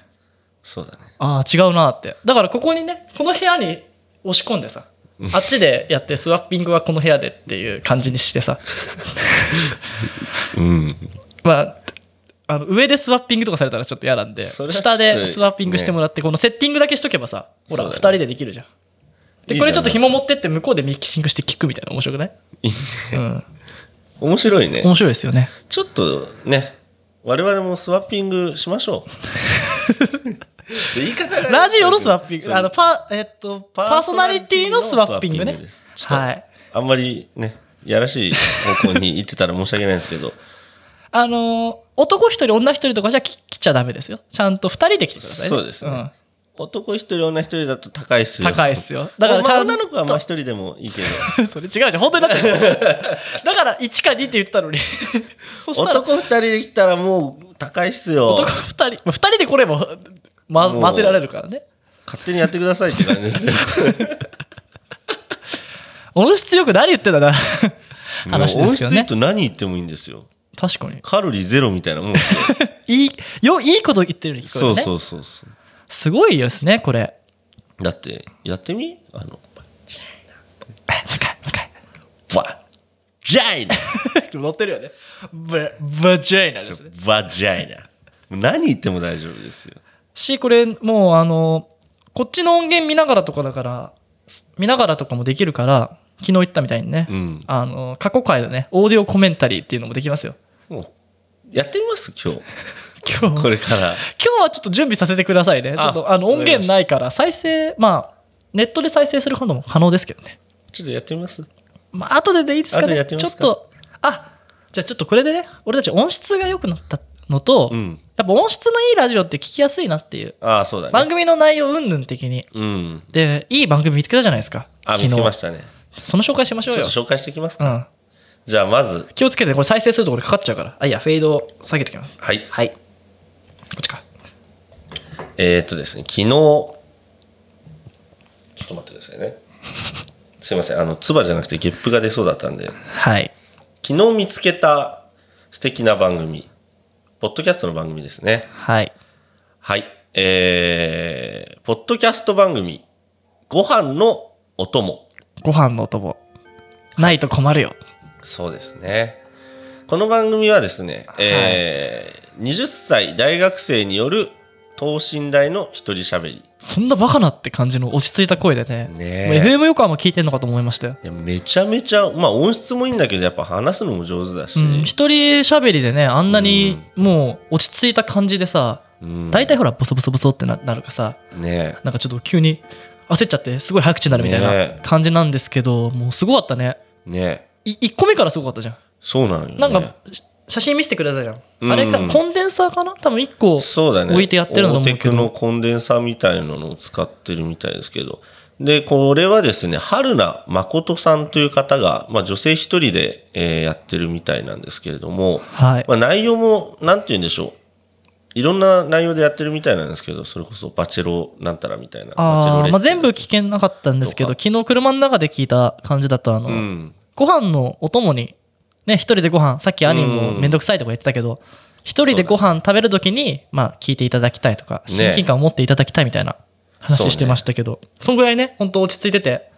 C: そうだね。
B: ああ違うなってだからここにねこの部屋に押し込んでさあっちでやってスワッピングはこの部屋でっていう感じにしてさ
C: うん。
B: まああの上でスワッピングとかされたらちょっと嫌なんで
C: それは
B: 下
C: き
B: で
C: つい
B: スワッピングしてもらって、このセッティングだけしとけばさほ
C: そ
B: ら
C: うだ
B: 2
C: ね
B: 人でできるじゃんで
C: いいじゃん
B: これちょっと紐持ってって向こうでミキシングして聞くみたいな面白くないうん、
C: 面白いね。
B: 面白いですよ ね
C: ちょっとね、我々もスワッピングしまし ょう。ちょ言い方が
B: ラジオのスワッピン
C: そう
B: グあのパ,、えっと、パーソナリティのスワッピングね
C: ですちょっと
B: はい
C: あんまりね、やらしい方向に行ってたら申し訳ないんですけ ど、
B: あのー男一人女一人とかじゃき来ちゃダメですよちゃんと二人で来てくださいね
C: そうですね男一人、女一人だと高いっす
B: うん
C: よ。
B: 高いっすよだからち
C: まあ
B: ゃん
C: 女の子はまあ
B: と
C: 一人でもいいけど、
B: それ違うじゃん本当になってる だから1か2って言ってたのに そしたら
C: 男二人できたらもう高いっすよ。
B: 男2人まあ二人で来れば、ま、
C: もう
B: 混ぜられるからね
C: 勝手にやってくださいって感じですよ。
B: 音質よく何言ってたな 話ですけど
C: もう音質いい
B: ね
C: と何言ってもいいんですよ。
B: 確かに
C: カロリーゼロみたいなもんですよ。
B: いいよいいこと言ってるように聞こ
C: そ
B: える
C: う
B: ね
C: そうそうそう。
B: すごいですねこれ
C: だって、やってみあの、
B: あもう一回もう一 回
C: バジャイ ナ
B: 乗ってるよね。バ、バジャイナですね。
C: バジャイナ。もう何言っても大丈夫ですよ。
B: し、これ、もう、あの、こっちの音源見ながらとかだから、す見ながらとかもできるから、昨日言ったみたいにね、
C: うん
B: あの、過去回のね、オーディオコメンタリーっていうのもでき ますよ。
C: もう、やってみます今日。
B: 今日、
C: これから。
B: 今日はちょっと準備させてくださいね。
C: あ
B: ちょっと、あの、
C: わ
B: 音
C: かりました
B: 源ないから、再生、まあ、ネットで再生することも可能ですけどね。
C: ちょっとやってみます
B: まあ、後ででいいですか
C: 後でや
B: ね。
C: ってみ
B: ちょ
C: ま
B: っ
C: すか
B: と、あ、じゃあちょっとこれでね、俺たち音質が良くなったのと、
C: うん。
B: やっぱ音質のいいラジオって聞きやすいなっていう
C: ああ、そうだね。
B: 番組の内容云々的に
C: うん。
B: でいい番組見つけたじゃないですか
C: あ、見つけましたね。
B: その紹介しましょう
C: ちょ
B: よ
C: っ、と紹介していきます
B: う
C: か。
B: ん、
C: じゃあ、まず、
B: 気をつけてねこれ再生するとこれかかっちゃうからあいやフェードを下げてきます
C: はい。
B: はいこっちか
C: えーっとですね、昨日、ちょっと待ってくださいね。すいません、あの、唾じゃなくてゲップが出そうだったんで、
B: はい
C: 昨日見つけた素敵な番組、ポッドキャストの番組ですね。
B: はい
C: はい。えー、ポッドキャスト番組、ご飯のお供。
B: ご飯のお供ないと困るよ
C: そうですね。この番組はですね、えー20歳大学生による等身大の一人喋り。
B: そんなバカなって感じの落ち着いた声でね
C: ねえ
B: もう FM 横浜聞いてんのかと思いましたよ
C: いやめちゃめちゃ、まあ音質もいいんだけど、やっぱ話すのも上手だし。
B: うん、一人喋りでねあんなにもう落ち着いた感じでさ
C: うん
B: 大体ほらボソボソボソってななるかさ
C: ね
B: なんかちょっと急に焦っちゃってすごい早口になるみたい
C: ね
B: な
C: え
B: 感じなんですけど、もうすごかったね
C: え、ねえ、
B: い1個目からすごかったじゃん、
C: そうなのよ、ね。
B: なんかし写真見せてくれたじゃん、
C: うん
B: あれかコンデンサーかな多分1個
C: そうだね。
B: 置いてやってるんだと思うけど
C: 大手のコンデンサーみたいなのを使ってるみたいですけど。で、これはですね、春名誠さんという方が、まあ女性一人で、えーやってるみたいなんですけれども、
B: はい、
C: まあ内容も、なんて言うんでしょう。いろんな内容でやってるみたいなんですけど、それこそバチェロなんたらみたいな。バチェロレ
B: あ
C: ッ
B: ー
C: テ
B: まあ、全部聞けなかったんですけど
C: と
B: 昨日車の中で聞いた感じだとあの、
C: うん。
B: ご飯のお供にね一人でご飯さっき兄も面倒くさいとか言ってたけど一人でご飯食べるときに、まあ、聞いていただきたいとか
C: ね
B: 親近感を持っていただきたいみたいな話してましたけど、そんぐらいね本当落ち着いてて、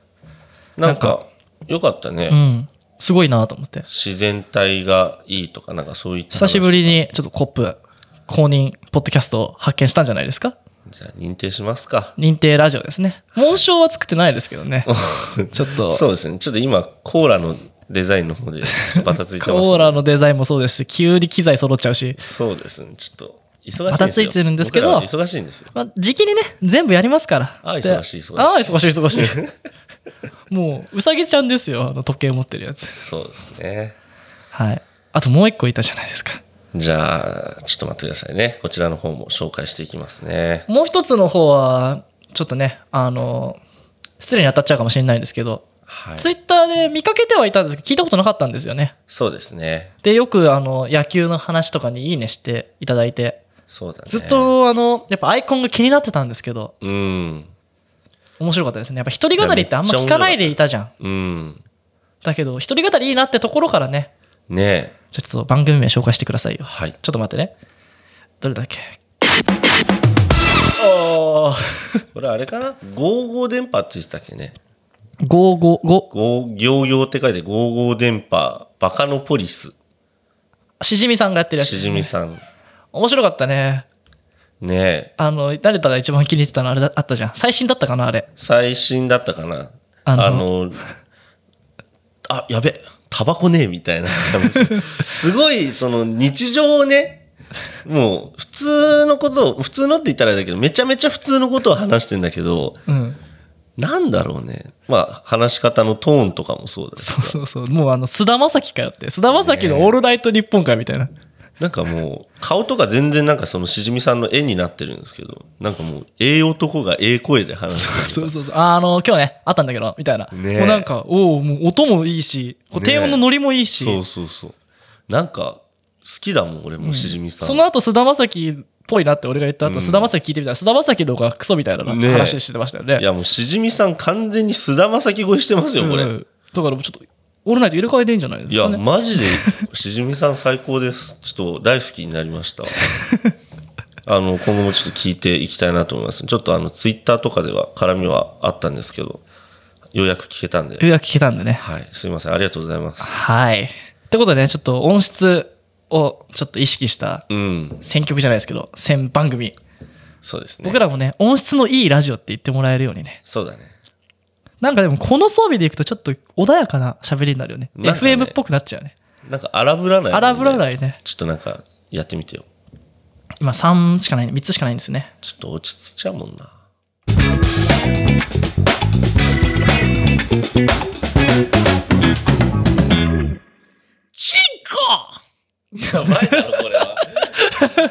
C: なんか、よかったね。
B: うん、すごいなと思って
C: 自然体がいいとか、なんかそういった話。
B: 久しぶりにちょっとコップ公認ポッドキャストを発見したんじゃないですか
C: じゃあ認定しますか。
B: 認定ラジオですね紋章は作ってないですけどねちょっと
C: そうですね。ちょっと今、コーラのデザインの方でバタついてます、ね。
B: コーラのデザインもそうですし急に機材揃っちゃうし、
C: そうですね。ちょっと、忙しいんですよ。
B: バタついてるんですけど
C: 僕ら忙しいんですよ。
B: まあ、時期にね全部やりますから
C: あー
B: で
C: 忙しい忙しい
B: あー忙しい忙しい もううさぎちゃんですよあの時計持ってるやつ
C: そうですね。
B: はいあともう一個いたじゃないですか
C: じゃあ、ちょっと待ってくださいね。こちらの方も紹介していきますね。
B: もう一つの方はちょっとねあの失礼に当たっちゃうかもしれないんですけど、
C: はい。
B: ツイッターで見かけてはいたんですけど聞いたことなかったんですよね
C: そうですね。
B: でよくあの野球の話とかにいいねしていただいて
C: そうだね。
B: ずっ。とあのやっぱアイコンが気になってたんですけど
C: うん。
B: 面白かったですねやっぱ一人語りってあんま聞かないでいたじゃん
C: うん。
B: だけど一人語りいいなってところからね
C: ねえ。
B: じゃあちょっと番組名紹介してくださいよ
C: はい。
B: ちょっと待ってねどれだっけお
C: これあれかな ?55 電波って言ってたっけね。
B: 555
C: ご行々って書いて55電波、バカのポリス、
B: しじみさんがやってるやつ
C: しじみさん。
B: 面白かったね
C: ねえ。
B: あの誰だが一番気に入ってたのあれだあったじゃん最新だったかなあれ
C: 最新だったかな
B: あ
C: あ
B: の
C: の、あやべ、タバコねえみ たいな感じ。すごい、その日常をね、もう普通のことを、普通のって言ったらあれだけど、めちゃめちゃ普通のことを話してんだけど、
B: うん
C: なんだろうね。まあ、話し方のトーンとかもそうだし
B: そうそうそうもうあの菅田将暉かよって菅田将暉の「オールナイト日本か」みたいな、
C: なんかもう、顔とか全然なんかそのしじみさんの絵になってるんですけど、なんかもう、ええ男がええ声で話してる。
B: そうそうそうああの今日ねあったんだけどみたいな、
C: ねえ
B: もうなんかおおもう音もいいしこう
C: ねえ
B: 低音のノリもいいし、
C: そうそうそう。なんか、好きだもん、俺もしじみさん。
B: その後菅田将暉っぽいなって俺が言った後、
C: うん
B: 菅田将暉聞いてみたら菅田将暉の方がクソみたいな
C: ねえ
B: 話してましたよね
C: いやもうしじみさん完全に菅田将暉越えしてますよこれ、
B: うんだからもうちょっとオールナイト入れ替えてんじゃないで
C: い
B: す
C: や
B: かね
C: マジでしじみさん最高ですちょっと大好きになりました あの今後もちょっと聞いていきたいなと思いますちょっとあのツイッターとかでは絡みはあったんですけどようやく聞けたんで
B: ようやく聞けたんでね
C: はいすいませんありがとうございます
B: はいってことでねちょっと音質をちょっと意識した
C: うん
B: 選曲じゃないですけど選番組
C: そうですね
B: 僕らもね音質のいいラジオって言ってもらえるようにね
C: そうだね
B: なんかでもこの装備でいくとちょっと穏やかな喋りになるよね
C: なんかね
B: FM っぽくなっちゃうね
C: なんか荒ぶらない、
B: 荒ぶらないいね
C: ちょっとなんかやってみてよ
B: 今3しかない3つしかないんですね
C: ちょっと落ち着いちゃうもんなチンコやばいだろこれは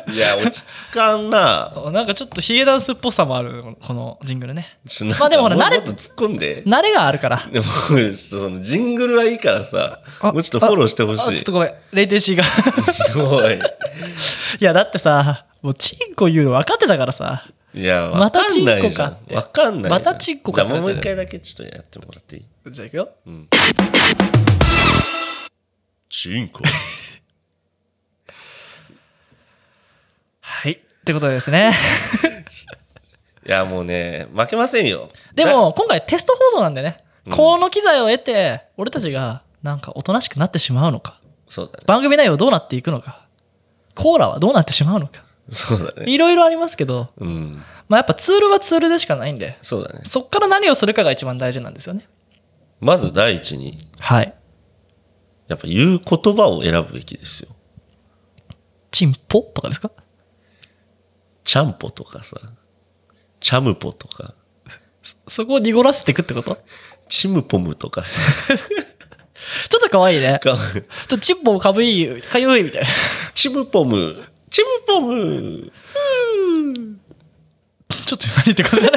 C: いや落ち着かんな
B: なんかちょっとヒゲダンスっぽさもあるこのこのジングルね
C: ちょなんか
B: まあでもほら
C: う
B: 慣れ
C: もっと突っ込んで
B: 慣れがあるから
C: でもちょっとそのジングルはいいからさ
B: あ
C: もうちょっとフォローしてほ
B: あちょ
C: し
B: っ
C: い
B: とごめんレテシーが
C: おい
B: いやだってさもうチンコ言うの分かってたからさ
C: いやわかんない
B: またチンコ
C: じ
B: か
C: ゃ
B: っ
C: ん
B: て
C: わかんないじゃん
B: またチンコか
C: じゃあもう一回だけちょっとやってもらっていい
B: じゃあいくよ
C: チンコ
B: はいってことでですね
C: いや、もうね、負けませんよ。
B: で
C: な、
B: も今回テスト放送なんでね、
C: うん
B: この機材を得て俺たちがなんかおとなしくなってしまうのか
C: そうだね。
B: 番組内容どうなっていくのかコーラはどうなってしまうのか
C: そうだね。
B: いろいろありますけど、
C: うん。
B: まあ、やっぱツールはツールでしかないんで
C: そうだね。
B: そっから何をするかが一番大事なんですよね
C: まず第一に、
B: はい
C: やっぱ言う言葉を選ぶべきですよ。
B: チンポとかですか
C: ちゃんぽとかさ、チャムポとか、
B: そこを濁らせていくってこと
C: チムポムとか さ、
B: ちょっと可愛いねちょ
C: が
B: っとチンポかぶいかゆい みたいな
C: チムポム、チムポム、
B: ちょっと今言ってくれない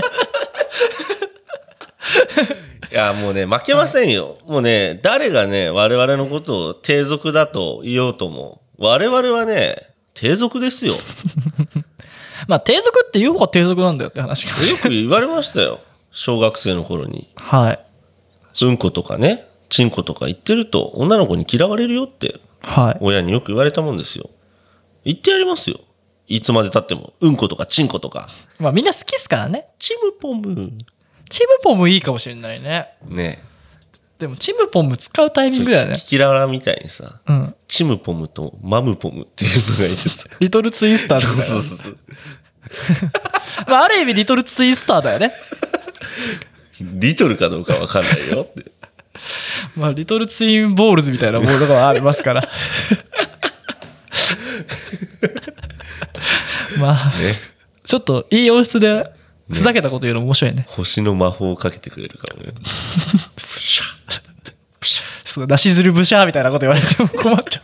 C: いや、もうね、負けませんよ。もうね、誰がね、我々のことを低俗だと言おうとも、我々はね、低俗ですよ。
B: まあ低俗って言う方が低俗なんだよって話が
C: よく言われましたよ。小学生の頃に。
B: はい
C: うんことかね、チンコとか言ってると女の子に嫌われるよって
B: はい
C: 親によく言われたもんですよ。言ってやりますよ。いつまで経っても、うんことかチンコとか。
B: まあみんな好きっすからね
C: チムポム。
B: チムポもいいかもしれないね
C: ね
B: でもチムポム使うタイミングだよね
C: キキララみたいにさ、
B: うん
C: チムポムとマムポムっていうのがいいです。
B: リトルツイスターみたいな
C: そうそうそう。
B: まあ、ある意味リトルツイスターだよね
C: リトルかどうかわかんないよって。
B: まあリトルツインボールズみたいなものがありま すからまあ
C: ね。
B: ちょっといい音質でふざけたこと言うの面白いね
C: 星の魔法をかけてくれるからね。プシャ
B: そのなしずるブシャーみたいなこと言われても困っちゃっ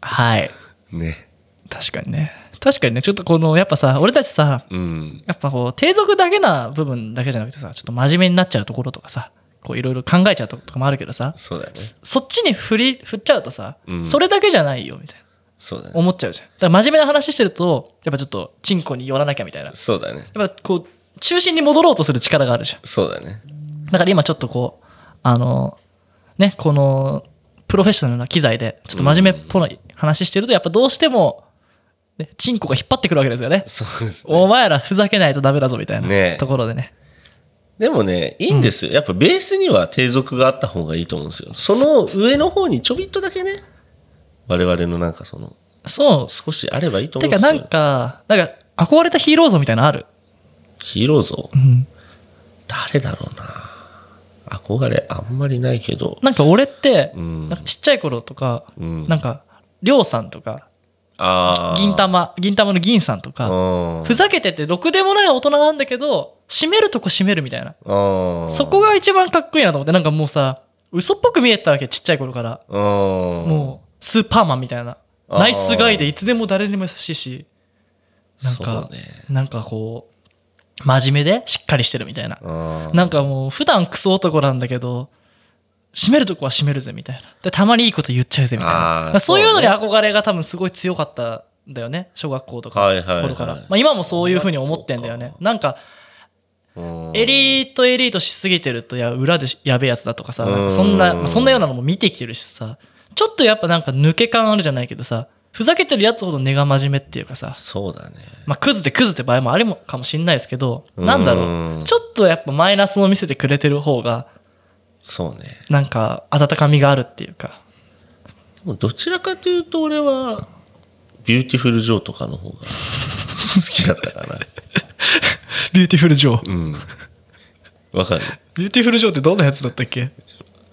B: たはい
C: ね。
B: 確かにね確かにねちょっとこのやっぱさ俺たちさ
C: うん。
B: やっぱこう低俗だけな部分だけじゃなくてさちょっと真面目になっちゃうところとかさこういろいろ考えちゃうとことかもあるけどさ
C: そうだね。
B: そっちに振り振っちゃうとさ、
C: うん
B: それだけじゃないよみたいな
C: そうだね。
B: 思っちゃうじゃんだから真面目な話してるとやっぱちょっとチンコに寄らなきゃみたいな
C: そうだね。
B: やっぱこう中心に戻ろうとする力があるじゃん
C: そうだね。
B: だから今ちょっとこうあのねこのプロフェッショナルな機材でちょっと真面目っぽい話してるとやっぱどうしても、ね、チンコが引っ張ってくるわけですよね
C: そうですね。
B: お前らふざけないとダメだぞみたい
C: ね
B: な
C: え
B: ところでね
C: でもね、いいんですよ。やっぱベースには低俗があった方がいいと思うんですよ。その上の方にちょびっとだけね、我々のなんかその、
B: そ
C: 少しあればいいと
B: う
C: 思
B: て
C: うんで
B: か
C: すよ。
B: なんかなんか憧れたヒーロー像みたいなのある
C: ヒーロー像
B: ん
C: 誰だろうな憧れあんまりないけど。
B: なんか俺って、
C: うん
B: なんかちっちゃい頃とか、
C: うん
B: なんか、りょうさんとか、
C: あー
B: 銀。玉、銀玉の銀さんとか、
C: うん。
B: ふざけてて、ろくでもない大人なんだけど、締めるとこ締めるみたいな。
C: うん。
B: そこが一番かっこいいなと思って、なんかもうさ、嘘っぽく見えたわけ、ちっちゃい頃から。
C: うん。
B: もう、スーパーマンみたいな。
C: あー
B: ナイスガイでいつでも誰にも優しいし、なん
C: そ
B: か、
C: うね。
B: なんかこう、真面目でしっかりしてるみたいな。
C: うん。
B: なんかもう普段クソ男なんだけど締めるとこは締めるぜみたいなでたまにいいこと言っちゃうぜみたいな
C: あー
B: だからそういうのに
C: そう
B: 憧れが多分すごい強かったんだよね小学校とか
C: はいはいはい
B: 頃から、まあ、今もそういうふうに思ってんだよねなんかエリートエリートしすぎてるといや裏でやべえやつだとかさ
C: うん
B: なんかそんなまあそんなようなのも見てきてるしさちょっとやっぱなんか抜け感あるじゃないけどさふざけてるやつほど根が真面目っていうかさ
C: そうだね。
B: まあ、クズでクズって場合もあるかもしんないですけど、なんだ
C: う
B: ろ
C: ん
B: う。ちょっとやっぱマイナスを見せてくれてる方が、
C: そうね。
B: なんか温かみがあるっていう か。
C: でもどちらかというと俺は、ビューティフルジョーとかの方が好きだったかな。
B: ビューティフルジョー。
C: うん。わかる。
B: ビューティフルジョーってどんなやつだったっけ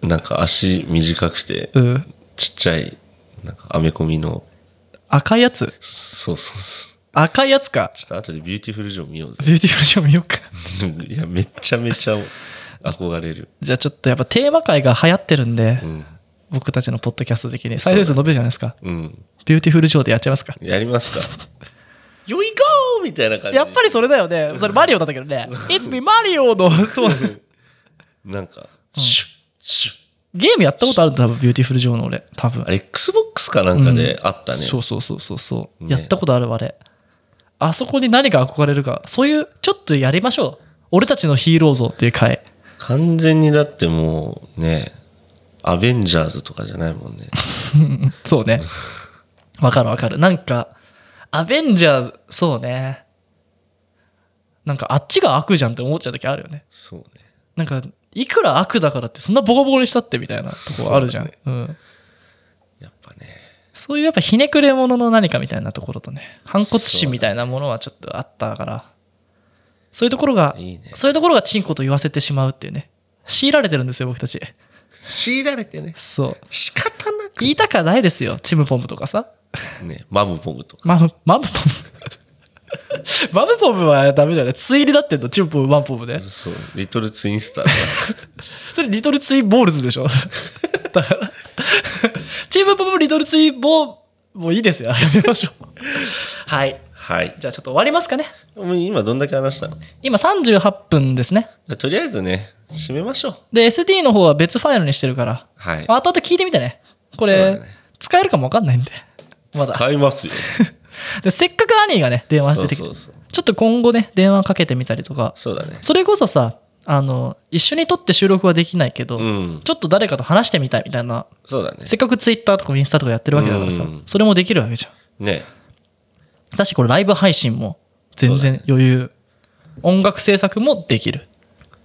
C: なんか足短くして、
B: うん。
C: ちっちゃい、なんかアメコミの、
B: 赤いやつ
C: そうそうそう。
B: 赤いやつか。
C: ちょっと後でビューティフルジョー見ようぜ。
B: ビューティフルジョー見ようか。
C: いや、めちゃめちゃ憧れる。
B: じゃあちょっとやっぱテーマ界が流行ってるんで、
C: うん。
B: 僕たちのポッドキャスト的に再生数伸びるじゃないですか。
C: うん。
B: ビューティフルジョーでやっちゃいますか。
C: やりますか。よいゴーみたいな感じ。
B: やっぱりそれだよね。それマリオだったけどね。It's me Mario の、そう
C: なんか、シュッ、シュッ。
B: ゲームやったことあるんだ、多分ビューティフルジョーの俺。多分
C: あ。れ XBOX かなんかであったね。
B: そうそうそうそうそう、
C: ね
B: やったことあるあれあそこに何が憧れるかそういうちょっとやりましょう俺たちのヒーロー像っていう回
C: 完全にだってもうね、アベンジャーズとかじゃないもんね。
B: そうねわかるわかるなんかアベンジャーズそうねなんかあっちが悪じゃんって思っちゃう時あるよね
C: そうね。
B: なんかいくら悪だからってそんなボコボコにしたってみたいなとこあるじゃん
C: そううだ
B: ん、
C: やっぱね。
B: そういうやっぱひねくれ者の何かみたいなところとね反骨心みたいなものはちょっとあったからそういうところが
C: いいね
B: そういうところがチンコと言わせてしまうっていうね強いられてるんですよ僕たち
C: 強いられてね。
B: そう
C: 仕方なく。
B: 言いたかないですよチムポムとかさ
C: ね、マムポムとか。
B: マムマムポムマムポムはダメじゃないついになってんのチムポムマンポムで
C: そう。リトルツインスターとか。
B: それリトルツインボールズでしょだからチムポムリトルツインボーもういいですよやめましょうはい
C: はい。
B: じゃあちょっと終わりますかね
C: もう今どんだけ話したの
B: 今38分ですね。
C: とりあえずね、締めましょう。
B: で、SD の方は別ファイルにしてるから、
C: はい。
B: 後々聞いてみてね。こ
C: そう
B: れ、
C: だね
B: 使えるかもわかんないんで。まだ。
C: 使いますよ。
B: で、せっかくアニーがね、電話し
C: そ
B: て
C: う
B: てきて
C: そうそう。
B: ちょっと今後ね、電話かけてみたりとか、
C: そうだね。
B: それこそさ、あの、一緒に撮って収録はできないけど、
C: うん。
B: ちょっと誰かと話してみたいみたいな、
C: そうだね。
B: せっかく Twitter とかインスタとかやってるわけだからさ
C: うん、
B: それもできるわけじゃん。
C: ね。
B: だし、これライブ配信も全
C: そうだ
B: 然余裕、音楽制作もできる。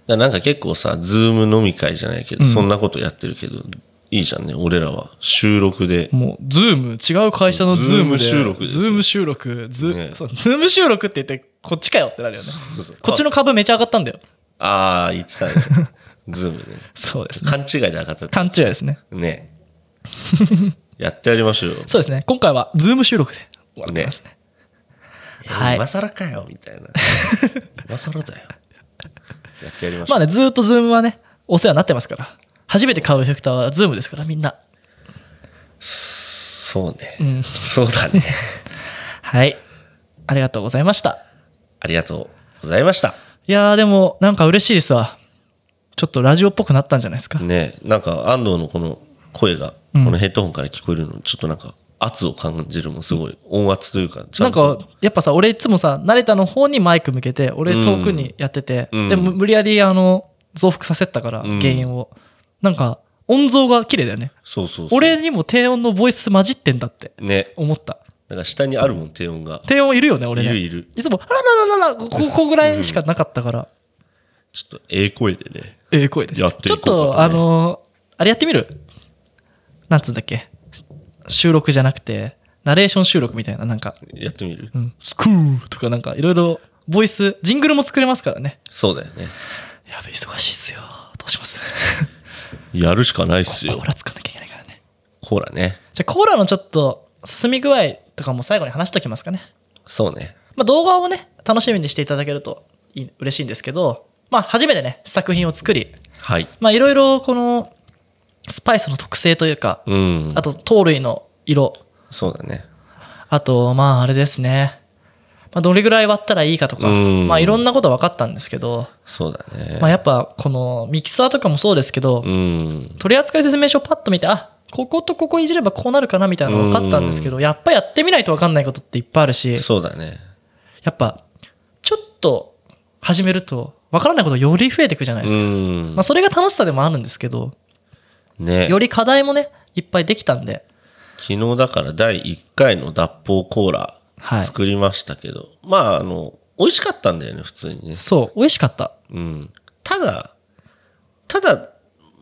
C: らなんか結構さ、ズーム飲み会じゃないけど、
B: うん
C: そんなことやってるけど、いいじゃんね、俺らは。収録で。
B: もう、ズーム、違う会社のズームで。
C: Zoom 収録です
B: ズ
C: よ
B: ーム収録。ズ
C: ね
B: そうズーム収録って言って、こっちかよってなる よね。こっちの株めちゃ上がったんだよ。
C: ああ、言ってたね。 ズームね。
B: そうですね。
C: 勘違いで上がったって
B: 勘違いですね。
C: ね。やってやりましょうよ。
B: そうですね。今回は、ズーム収録で終わってますね。 はい
C: 今更かよ、みたいな。今更だよ。やってやりましょ
B: ま
C: う。
B: あね、ずーっとズームはね、お世話になってますから。初めて買うエフェクターはズームですから、みんな。
C: そうね。
B: ん
C: そうだね。
B: はい。ありがとうございました。
C: ありがとうございました。
B: いやー、でも、なんか嬉しいですわ。ちょっとラジオっぽくなったんじゃないですか。
C: ねなんか安藤のこの声が、
B: うん
C: このヘッドホンから聞こえるの、ちょっとなんか圧を感じるもん、すごい。音圧というか、ち
B: な
C: ゃ
B: ん
C: んと。
B: かやっぱさ俺いつもさ慣れたの方にマイク向けて俺遠くにやってて、
C: うん
B: でも無理やりあの増幅させたから、
C: うん
B: 原因をなんか音像が綺麗だよね
C: そうそうそう。
B: 俺にも低音のボイス混じってんだって
C: ね。
B: 思った
C: なんか下にあるもん、低音が。
B: 低音いるよね俺
C: い
B: ね
C: るいる。
B: いつも「あららららこ ここぐらいしかなかったから、
C: ちょっと、ええ声でね。
B: ええ声で
C: やって
B: ち
C: い
B: ょ
C: こ
B: っ
C: うかとね
B: とあのーあれやってみるなんつうんだっけ収録じゃなくてナレーション収録みたいななんか
C: やってみる
B: うん、スクーとかなんかいろいろボイスジングルも作れますからね
C: そうだよね。
B: やべ忙しいっすよどうします
C: やるしかないっすよ
B: コー。ラ作んなきゃいけないからね
C: コーラね。
B: じゃあコーラのちょっと進み具合とかも最後に話しときますかね、
C: そうね。
B: まあ、動画をね楽しみにしていただけるといい嬉しいんですけどまあ初めてね作品を作り
C: はい。
B: まあいろいろこのスパイスの特性というか
C: うん。
B: あと糖類の色
C: そうだね。
B: あとまああれですねまあどれぐらい割ったらいいかとか
C: うん
B: まあいろんなこと分かったんですけど
C: そうだね。
B: まあやっぱこのミキサーとかもそうですけど、
C: うん。
B: 取扱説明書パッと見てあこことここいじればこうなるかなみたいなの分かったんですけどやっぱやってみないと分かんないことっていっぱいあるし
C: そうだね。
B: やっぱちょっと始めると分からないことより増えていくじゃないで
C: う
B: すか、
C: ん
B: まあ、。それが楽しさでもあるんですけど
C: ね。
B: より課題もねいっぱいできたんで
C: 昨日だから第1回の脱法コーラ
B: はい
C: 作りましたけど、まああの美味しかったんだよね普通にね、
B: そう美味しかった
C: うん、ただただ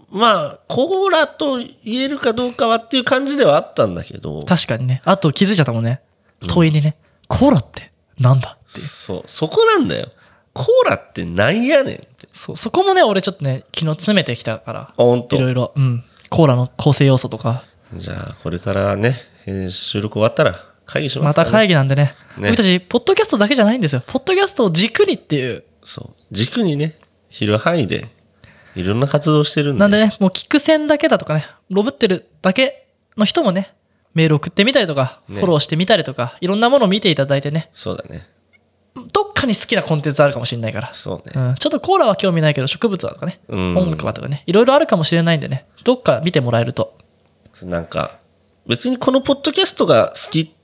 C: まあコーラと言えるかどうかはっていう感じではあったんだけど
B: 確かにねあと気づいちゃったもんね問いにね、コーラってなんだっていう
C: そうそこなんだよコーラってなんやねんって
B: そうそこもね俺ちょっとね昨日詰めてきたから
C: ほん
B: いろ
C: と
B: いろうんコーラの構成要素とか
C: じゃあこれからね、えー収録終わったら会議しま
B: ます
C: か、
B: た
C: ね、
B: 会議なんでね
C: ね
B: 僕たちポッドキャストだけじゃないんですよポッドキャストを軸にっていう
C: そう軸にね昼範囲でいろんな活動してるんで
B: なんでねもう聞く線だけだとかねロブってるだけの人もねメール送ってみたりとか、
C: ね
B: フォローしてみたりとかいろんなものを見ていただいてね
C: そうだね
B: どっかに好きなコンテンツあるかもしれないから、
C: そうね、
B: うん、ちょっとコーラは興味ないけど植物はとかね、
C: うん
B: 音楽はとかねいろいろあるかもしれないんでねどっか見てもらえると
C: なんか、別にこのポッドキャストが好き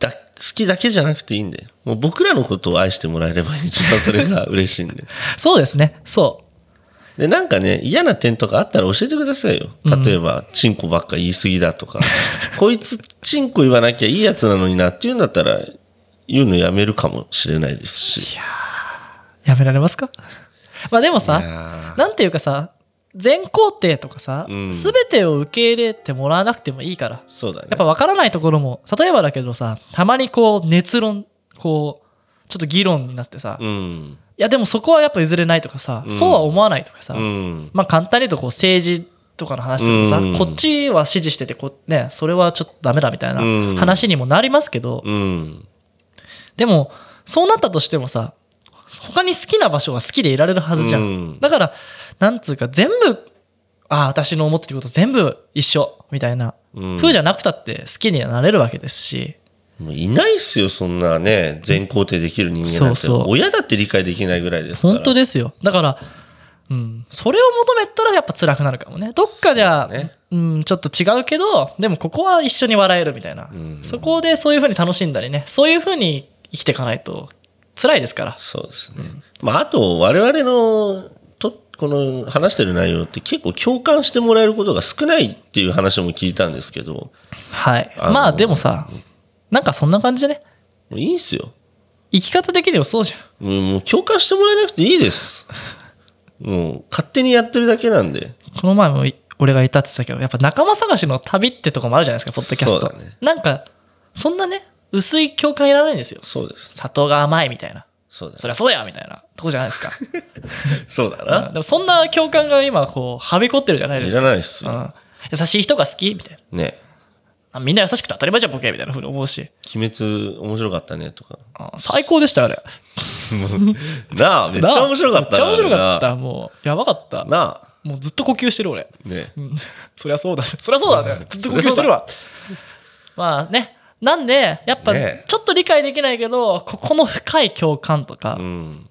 C: だ、好きだけじゃなくていいんで、もう僕らのことを愛してもらえれば一番それが嬉しいんで。
B: そうですねそ
C: で、なんかね、嫌な点とかあったら教えてくださいよ。例えば、チンコばっか言い過ぎだと か、こいつチンコ言わなきゃいいやつなのになっていうんだったら、言うのやめるかもしれないですし。
B: うやめられますかまあでもさ
C: いや
B: なんていうかさ全工程とかさ、
C: うん
B: 全てを受け入れてもらわなくてもいいから
C: そうだね。
B: やっぱ分からないところも例えばだけどさたまにこう熱論こうちょっと議論になってさ、
C: う
B: い
C: ん。
B: やでもそこはやっぱ譲れないとかさ、
C: うん
B: そうは思わないとかさ、
C: うん。
B: まあ簡単に言うとこう政治とかの話するとさ、
C: うん
B: こっちは支持しててこ、ね、それはちょっとダメだみたいな
C: うん
B: 話にもなりますけど、
C: うん。
B: でもそうなったとしてもさ他に好きな場所は好きでいられるはずじゃん、
C: うん
B: だからなんつうか全部ああ私の思ってること全部一緒みたいな、
C: うん
B: 風じゃなくたって好きにはなれるわけですし
C: もういないっすよ、そんなね、全肯定できる人間なんて。
B: そうそう
C: 親だって理解できないぐらいですから。
B: 本当ですよだから、うん、それを求めたらやっぱ辛くなるかもねどっかじゃ
C: そうだね
B: うん、ちょっと違うけどでもここは一緒に笑えるみたいな、
C: ん
B: そこでそういうふうに楽しんだりねそういうふうに生きていかないと辛いですから
C: そうですね。まあ、あと、我々の、と、この話してる内容って結構共感してもらえることが少ないっていう話も聞いたんですけど、も
B: はい
C: あの
B: まあでもさなんかそんな感じでね
C: ういいんすよ。
B: 生き方的にもそうじゃん
C: もうもう共感してもらえなくていいです。うん。勝手にやってるだけなんで。
B: この前もい俺がいたって言ってたけどやっぱ仲間探しの旅ってとこもあるじゃないですかポッドキャス
C: そ
B: ト、
C: うだね
B: なんかそんなね薄い共感いらないんですよ
C: そうです。
B: 砂糖が甘いみたいな
C: そうだ
B: そりゃそうやみたいなとこじゃない ですか
C: そうだ
B: うん
C: な。
B: でもそんな共感が今こうはびこってるじゃないで
C: い
B: す
C: ら
B: か
C: ないっすよ。
B: うん優しい人が好きみたいな
C: ね。
B: あみんな優しくて当たり前じゃんボケみたいなふうに思うし
C: 鬼滅面白かったねとか。
B: あ最高でしたあれ
C: なあ、めっちゃ面白かったな。
B: めっちゃ面白かったもうやばかった
C: なあ。
B: もうずっと呼吸してる俺
C: ね。
B: うんそりゃそうだね。そりゃそうだね。ずっと呼吸してるわ。まあね。なんで、やっぱ、
C: ねえ
B: ちょっと理解できないけど、ここの深い共感とか、
C: うん。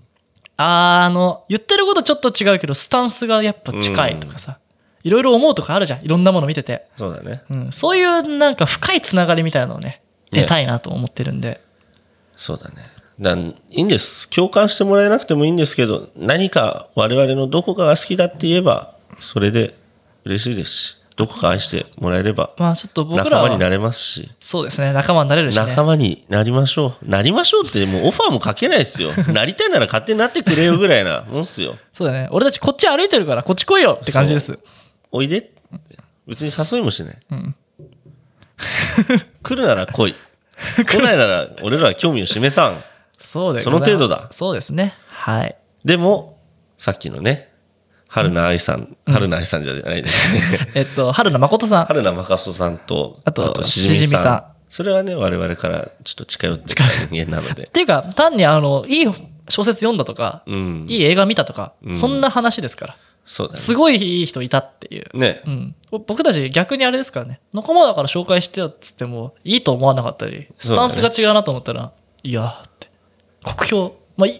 B: あの、言ってることちょっと違うけど、スタンスがやっぱ近いとかさ、いろいろ思うとかあるじゃん。いろんなもの見てて。
C: そうだね。
B: うん、そういうなんか深いつながりみたいなのをね、
C: ねえ
B: 得たいなと思ってるんで。
C: そうだね。だいいんです。共感してもらえなくてもいいんですけど、何か我々のどこかが好きだって言えば、それで嬉しいですし、どこか愛してもらえれば、
B: まあちょっと僕ら
C: 仲間にな
B: は、
C: れますし、
B: そうですね、仲間になれるしね
C: 仲。間になりましょう。なりましょうって、もうオファーもかけないです よ。なりたいなら勝手になってくれよぐらいなもんっすよ。
B: そうだね。俺たちこっち歩いてるから、こっち来いよって感じです。
C: おいでって。別に誘いもしない。
B: ん
C: 来るなら来い。来ないなら俺らは興味を示さん。
B: そうだよ
C: その程度だ
B: そうですね。はい。
C: でも、さっきのね、春菜愛さん、春菜愛さんじゃないです ね。
B: えっと、春菜誠さん。
C: 春菜まかそさんと、
B: あとしじみさん
C: それはね、我々からちょっと近寄ってき人間なので
B: っ。ていうか、単にあの、いい小説読んだとか、
C: うん。
B: いい映画見たとか、
C: うん
B: そんな話ですから。
C: そうだね。
B: すごいいい人いたっていう。
C: ね
B: う。ん。僕たち逆にあれですからね。仲間だから紹介してよっつっても、いいと思わなかったり、スタンスが違うなと思ったら、いやーって。酷評。まあ、い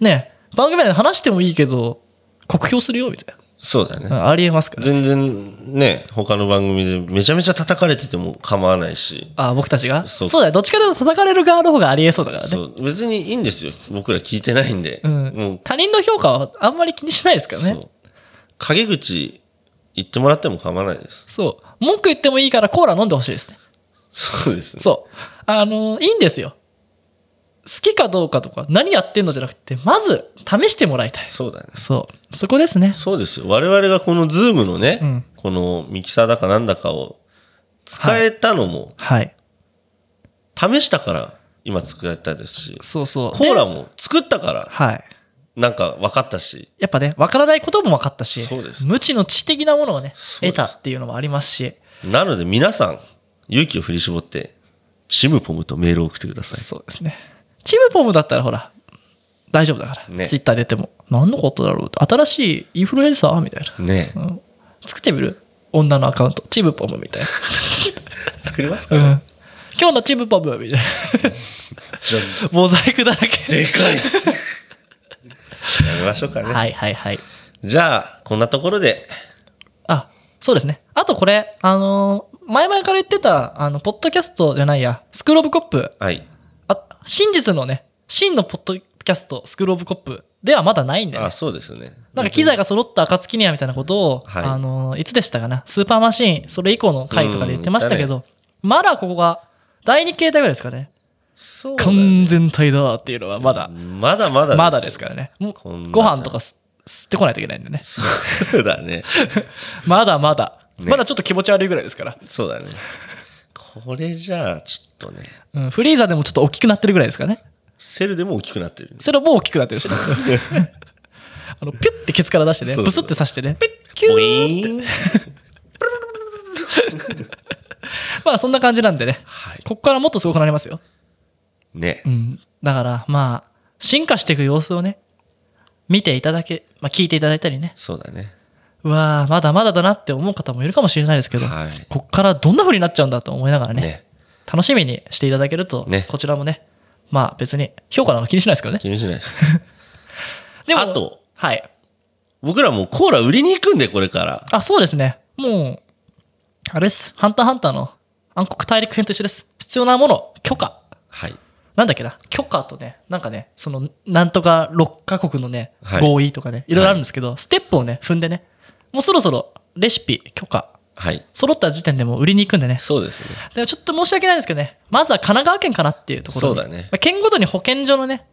B: い。ね番組内で話してもいいけど、酷評するよ、みたい
C: そうだね。
B: な。うんありえますからね。
C: 全然ね、他の番組でめちゃめちゃ叩かれてても構わないし、
B: あ、僕たちが
C: そ
B: そううだよ。どっちかというと叩かれる側の方がありえそうだから
C: そ
B: ね。
C: う別にいいんですよ。僕ら聞いてないんで。
B: うん
C: もう、
B: 他人の評価はあんまり気にしないですからね。
C: そう。陰口言ってもらっても構わないです。
B: そう。文句言ってもいいからコーラ飲んでほしいですね。
C: そうですね。
B: そう。あの、いいんですよ。好きかどうかとか、何やってんのじゃなくて、まず試してもらいたい。
C: そうだね。
B: そう。そこですね。
C: そうですよ。我々がこのズームのね、
B: うん
C: このミキサーだかなんだかを使えたのも、
B: はい。
C: 試したから今使えたですし、
B: そうそう。
C: コーラ
B: で
C: も作ったから
B: はい。
C: なんか分かったし、
B: やっぱね、わからないことも分かったし
C: そうで、す
B: 無知の知的なものをね、
C: そうです
B: 得たっていうのもありますし、
C: なので皆さん、勇気を振り絞って、チムポムとメールを送ってください。
B: そうですね。チムポムだったらほら、大丈夫だから、
C: ね
B: ツイッター出ても。何のことだろうって新しいインフルエンサーみたいな。
C: ねえ
B: うん作ってみる女のアカウント。チムポムみたいな。
C: 作れます
B: う
C: か、
B: ん、今日のチムポムみたいな。
C: じゃ
B: モザイクだらけ。
C: でかいやめましょうかね。
B: はいはいはい。
C: じゃあ、こんなところで、
B: あ、そうですね。あとこれ、あのー前々から言ってた、あの、ポッドキャストじゃないや、スクールオブコップ、
C: はい。
B: あ、真実のね、真のポッドキャスト、スクールオブコップではまだないんだよ
C: あ、
B: ね。
C: そうですね。
B: なんか機材が揃った暁にはみたいなことを、
C: はい
B: あのーいつでしたかな、スーパーマシーン、それ以降の回とかで言ってましたけど、まだここが、第二形態ぐらいですかね。
C: そうだね
B: 完全体だっていうのはまだ、
C: まだまだ
B: まだですからね。もう
C: こんな
B: ご飯とかす吸ってこないといけないんでね。
C: そうだね。
B: まだまだ。
C: ね
B: まだちょっと気持ち悪いぐらいですから。
C: そうだね。これじゃあ、ちょっとね、
B: うん、フリーザでもちょっと大きくなってるぐらいですからね。
C: セルでも大きくなってる。
B: それもう大きくなってるし。あの、ピュッてケツから出して
C: そ
B: ね、
C: うそう
B: ブスって刺してね、ピュッ、キュ
C: ボイ
B: ー
C: ーン
B: まあそんな感じなんでね。
C: はい。
B: ここからもっとすごくなりますよ。
C: ね
B: う。ん。だから、まあ、進化していく様子をね、見ていただけ、まあ聞いていただいたりね。
C: そうだね。
B: うわーまだまだだなって思う方もいるかもしれないですけど、
C: はい
B: こっからどんな風になっちゃうんだと思いながらね、
C: ね。
B: 楽しみにしていただけると、
C: ね
B: こちらもね、まあ別に評価なんか気にしないですけどね。
C: 気にしないです。
B: でも、
C: あと、
B: はい。
C: 僕らもうコーラ売りに行くんで、これから。
B: あ、そうですね。もう、あれです。ハンターハンターの暗黒大陸編と一緒です。必要なもの、許可。
C: はい。
B: なんだっけな許可とね、なんかね、その、なんとか6カ国のね、
C: はい
B: 合意とかね、いろいろあるんですけど、ステップをね、踏んでね、もうそろそろレシピ、許可、
C: はい。
B: 揃った時点でもう売りに行くんでね。
C: そうですね。
B: でもちょっと申し訳ないですけどね、まずは神奈川県かなっていうところに
C: そうだね
B: まあ県ごとに保健所のね、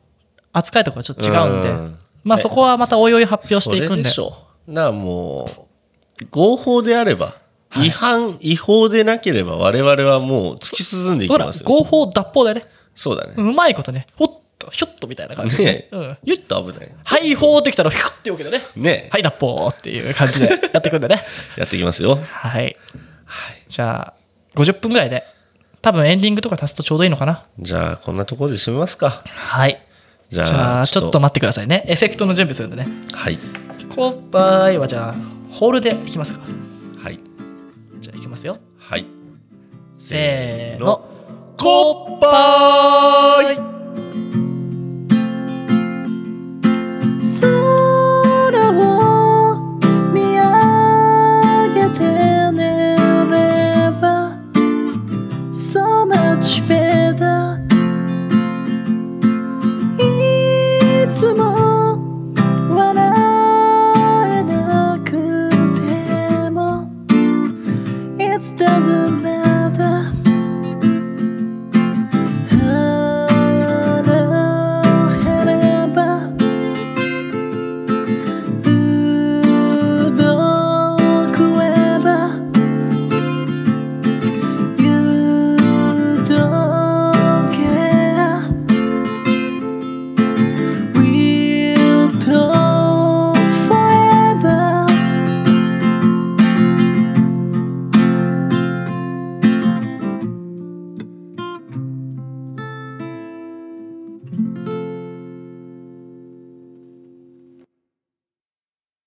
B: 扱いとかはちょっと違うんで、
C: うん
B: まあそこはまたおいおい発表していく
C: そ
B: ん
C: れ
B: で
C: しょだからもう合法であれば違反、違法でなければ我々はもう突き進んでいき
B: ほら
C: ますよ
B: 合法脱法だよね
C: そうだね
B: うまいことねほっとひょっとみたいな感じで
C: ねえ、
B: うん
C: ゆっと危ない
B: はい法ってきたらひょってよけどね
C: ねえ、
B: はい脱法っていう感 じでやっていくんでね
C: やっていきますよ
B: はいじゃあ50分ぐらいで多分エンディングとか足すとちょうどいいのかな
C: じゃあこんなところで締めますか
B: はい
C: じゃあ
B: じゃあちょっと待ってくださいねエフェクトの準備するんでね
C: はい
B: コーパイはじゃあホールでいきますか
C: はい
B: じゃあいきますよ
C: はい
B: せー
C: の
B: のコッパー